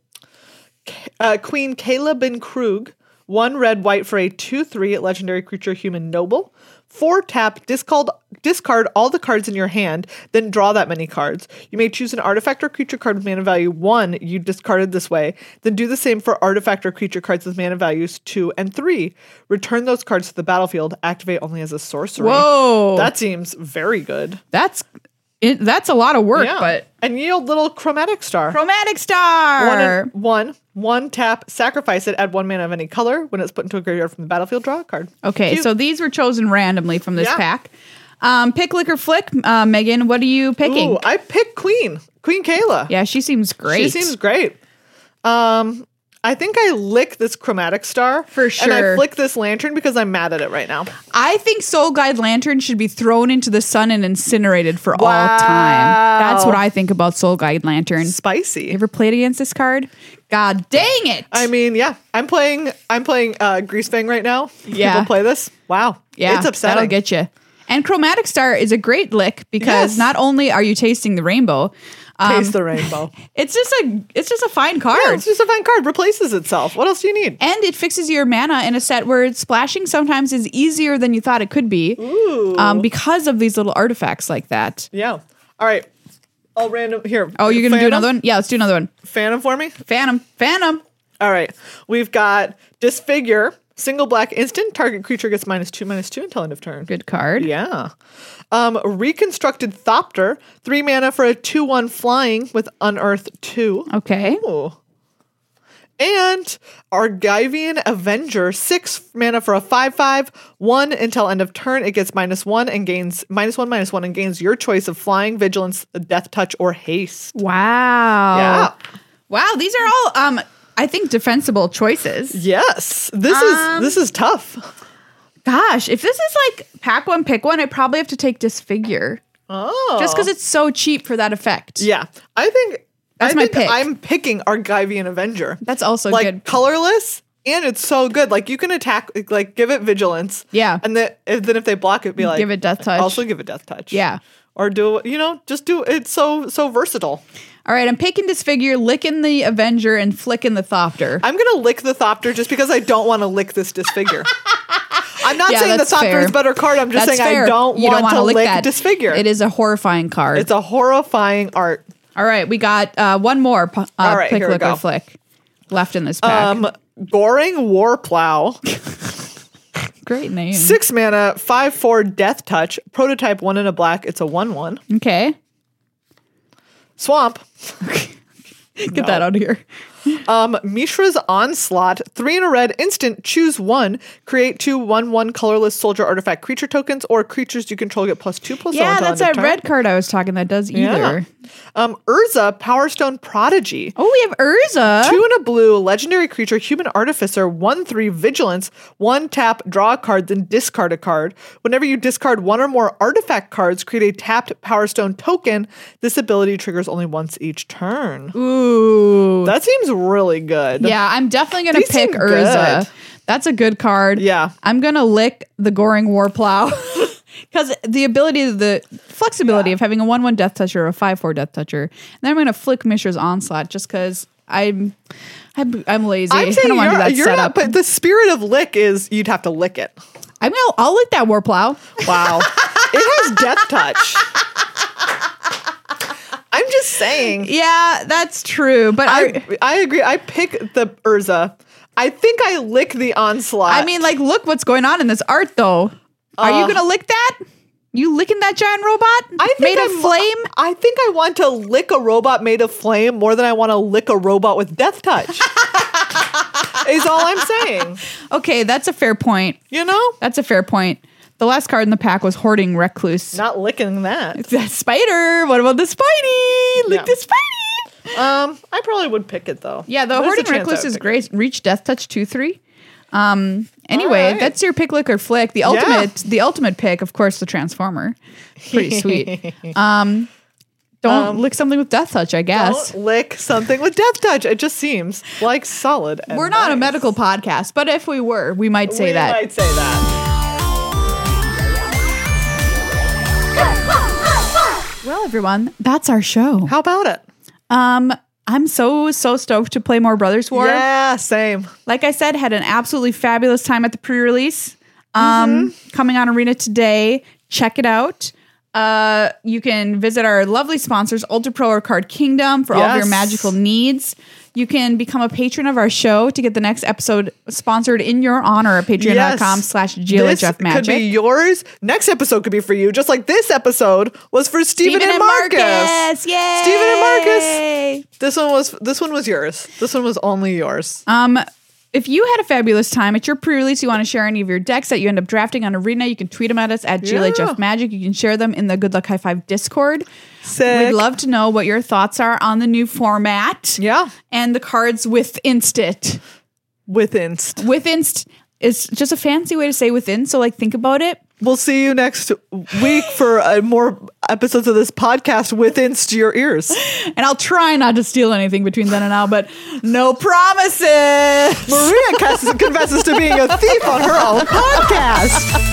Speaker 2: Uh, Queen Kayla Bin Krug, one red white for a 2 3 legendary creature human noble. Four tap, discard, discard all the cards in your hand, then draw that many cards. You may choose an artifact or creature card with mana value one you discarded this way, then do the same for artifact or creature cards with mana values two and three. Return those cards to the battlefield, activate only as a sorcery.
Speaker 1: Whoa.
Speaker 2: That seems very good.
Speaker 1: that's it, that's a lot of work, but
Speaker 2: and yield little chromatic star.
Speaker 1: chromatic star.
Speaker 2: One, and- one, one tap, sacrifice it, add one mana of any color. When it's put into a graveyard from the battlefield, draw a card.
Speaker 1: okay,
Speaker 2: Cute.
Speaker 1: so these were chosen randomly from this
Speaker 2: Yeah.
Speaker 1: pack. Um, pick lick or flick, uh, Megan. What are you picking?
Speaker 2: Ooh, I pick Queen, Queen Kayla.
Speaker 1: Yeah, she seems great.
Speaker 2: She seems great. Um, I think I lick this chromatic star
Speaker 1: For
Speaker 2: and I
Speaker 1: sure.
Speaker 2: flick this lantern because I'm mad at it right now.
Speaker 1: I think Soul Guide Lantern should be thrown into the sun and incinerated for all time. That's what I think about Soul Guide Lantern. You
Speaker 2: Spicy.
Speaker 1: ever played against this card? God dang it!
Speaker 2: I mean, yeah, I'm playing. I'm playing uh, Greasebang right now.
Speaker 1: Yeah.
Speaker 2: people play this. Wow,
Speaker 1: yeah,
Speaker 2: it's upsetting.
Speaker 1: That'll get you. And Chromatic Star is a great lick because
Speaker 2: Yes.
Speaker 1: not only are you tasting the rainbow, um,
Speaker 2: Taste the rainbow.
Speaker 1: it's just a it's just a fine card.
Speaker 2: yeah, it's just a fine card. Replaces itself. What else do you need?
Speaker 1: and it fixes your mana in a set where splashing sometimes is easier than you thought it could be um, because of these little artifacts like that.
Speaker 2: Yeah. All right. I'll random here.
Speaker 1: Oh, you're gonna do
Speaker 2: Phantom?
Speaker 1: another one? Yeah, let's do another one.
Speaker 2: Phantom for me.
Speaker 1: Phantom, Phantom.
Speaker 2: All right. We've got disfigure, single black instant. Target creature gets minus two, minus two until end of turn.
Speaker 1: Good card.
Speaker 2: Yeah. Um, reconstructed Thopter, three mana for a two-one flying with unearth two.
Speaker 1: Okay.
Speaker 2: Ooh. And Argivian Avenger, six mana for a five-five, one until end of turn. It gets minus one and gains minus one, minus one, and gains your choice of flying, vigilance, death touch, or haste.
Speaker 1: Wow.
Speaker 2: Yeah.
Speaker 1: Wow. These are all, um, I think, defensible choices.
Speaker 2: Yes, this
Speaker 1: Um,
Speaker 2: is this is tough.
Speaker 1: Gosh, if this is like pack one, pick one, I probably have to take disfigure
Speaker 2: Oh,
Speaker 1: just because it's so cheap for that effect.
Speaker 2: yeah, I think
Speaker 1: That's
Speaker 2: I
Speaker 1: my
Speaker 2: think
Speaker 1: pick.
Speaker 2: I'm picking Argivian Avenger.
Speaker 1: That's also
Speaker 2: like
Speaker 1: good.
Speaker 2: colorless, and it's so good. Like you can attack, like give it vigilance.
Speaker 1: Yeah.
Speaker 2: and then if- then if they block it, be like
Speaker 1: Give it death touch.
Speaker 2: Also give it death touch.
Speaker 1: Yeah.
Speaker 2: or do you know just do it's so so versatile.
Speaker 1: All right, I'm picking disfigure, licking the Avenger, and flicking the Thopter.
Speaker 2: I'm gonna lick the Thopter just because I don't want to lick this disfigure. I'm not
Speaker 1: Yeah,
Speaker 2: saying the
Speaker 1: that's
Speaker 2: Thopter
Speaker 1: fair.
Speaker 2: is a better card. I'm just
Speaker 1: That's
Speaker 2: saying
Speaker 1: fair.
Speaker 2: I don't
Speaker 1: you
Speaker 2: want
Speaker 1: don't
Speaker 2: to
Speaker 1: lick,
Speaker 2: lick,
Speaker 1: that.
Speaker 2: disfigure.
Speaker 1: It is a horrifying card.
Speaker 2: it's a horrifying art.
Speaker 1: All right, we got uh, one more p- uh,
Speaker 2: All right,
Speaker 1: pick,
Speaker 2: here we
Speaker 1: lick, or
Speaker 2: go.
Speaker 1: flick left in this pack.
Speaker 2: Um, Goring Warplow,
Speaker 1: Great name.
Speaker 2: six mana, five four Death Touch, prototype one in a black. It's a one one
Speaker 1: Okay,
Speaker 2: swamp.
Speaker 1: get that out of here.
Speaker 2: Um, Mishra's Onslaught, three in a red, instant. Choose one. Create two one one colorless soldier artifact creature tokens, or creatures you control get plus two plus.
Speaker 1: Yeah,
Speaker 2: zero until
Speaker 1: that's
Speaker 2: end
Speaker 1: that
Speaker 2: of turn.
Speaker 1: red card I was talking that does either.
Speaker 2: Yeah. Um, Urza, Power Stone Prodigy.
Speaker 1: Oh, we have Urza.
Speaker 2: Two and a blue, legendary creature, human artificer, one three vigilance, one tap, draw a card, then discard a card. Whenever you discard one or more artifact cards, create a tapped power stone token. This ability triggers only once each turn.
Speaker 1: Ooh.
Speaker 2: That seems really good.
Speaker 1: Yeah, I'm definitely gonna
Speaker 2: These
Speaker 1: pick
Speaker 2: seem
Speaker 1: Urza.
Speaker 2: good.
Speaker 1: That's a good card.
Speaker 2: Yeah.
Speaker 1: I'm gonna lick the Goring Warplow. Because the ability, the flexibility of having a one-one death toucher or a five-four death toucher, and then I'm gonna flick Mishra's onslaught just because I'm, I'm, I'm lazy.
Speaker 2: I'm
Speaker 1: I
Speaker 2: saying
Speaker 1: don't
Speaker 2: you're,
Speaker 1: want to do that
Speaker 2: you're
Speaker 1: setup.
Speaker 2: not, but the spirit of lick is you'd have to lick it.
Speaker 1: I'm gonna, I'll lick that Warplow.
Speaker 2: Wow. it has death touch. I'm just saying.
Speaker 1: Yeah, that's true. But I,
Speaker 2: I, I agree. I pick the Urza. I think I lick the onslaught.
Speaker 1: I mean, like, look what's going on in this art, though. Are
Speaker 2: Uh.
Speaker 1: you gonna lick that? You licking that giant robot?
Speaker 2: I think
Speaker 1: made
Speaker 2: I'm-
Speaker 1: of flame.
Speaker 2: I think I want to lick a robot made of flame more than I want to lick a robot with death touch. is all I'm saying.
Speaker 1: Okay, that's a fair point.
Speaker 2: You know,
Speaker 1: That's a fair point. The last card in the pack was Hoarding Recluse.
Speaker 2: not licking that.
Speaker 1: That spider. What about the Spidey? Lick
Speaker 2: Yeah.
Speaker 1: the Spidey.
Speaker 2: Um, I probably would pick it though.
Speaker 1: Yeah, the
Speaker 2: There's a
Speaker 1: Hoarding
Speaker 2: chance I
Speaker 1: Recluse
Speaker 2: would
Speaker 1: is
Speaker 2: pick
Speaker 1: great. Reach Death Touch 2 3. Um, anyway,
Speaker 2: right.
Speaker 1: that's your pick, lick, or flick. The ultimate, the ultimate pick, of course, the Transformer. Pretty sweet. um, don't lick something with Death Touch, I
Speaker 2: it.
Speaker 1: guess.
Speaker 2: Don't lick something with death touch. It just seems like solid. and
Speaker 1: We're not a
Speaker 2: nice.
Speaker 1: medical podcast, but if we were, we might say
Speaker 2: We
Speaker 1: that.
Speaker 2: might say that.
Speaker 1: Well, everyone, that's our show.
Speaker 2: How about it?
Speaker 1: Um, I'm so so stoked to play more Brothers War.
Speaker 2: yeah, same.
Speaker 1: like I said, had an absolutely fabulous time at the pre-release. Um,
Speaker 2: Mm-hmm.
Speaker 1: coming on Arena today. Check it out. Uh, you can visit our lovely sponsors, Ultra Pro or Card Kingdom, for all of your
Speaker 2: Yes.
Speaker 1: magical needs. You can become a patron of our show to get the next episode sponsored in your honor at patreon.com slash
Speaker 2: This
Speaker 1: GLHF
Speaker 2: could be
Speaker 1: Magic.
Speaker 2: yours. Next episode could be for you, just like this episode was for Stephen, and Marcus.
Speaker 1: Yay!
Speaker 2: Stephen and Marcus. This one was this one was yours. This one was only yours.
Speaker 1: Um, if you had a fabulous time at your pre-release, you want to share any of your decks that you end up drafting on Arena, you can tweet them at us at GLHF Magic. You can share them in the Good Luck High Five Discord.
Speaker 2: Sick.
Speaker 1: We'd love to know what your thoughts are on the new format.
Speaker 2: Yeah.
Speaker 1: And the cards with Instit.
Speaker 2: With Inst.
Speaker 1: With Inst is just a fancy way to say within. So like think about it.
Speaker 2: We'll see you next week for uh, more episodes of this podcast with Inst to your ears.
Speaker 1: And I'll try not to steal anything between then and now, but no promises.
Speaker 2: Maria confesses, confesses to being a thief on her own podcast.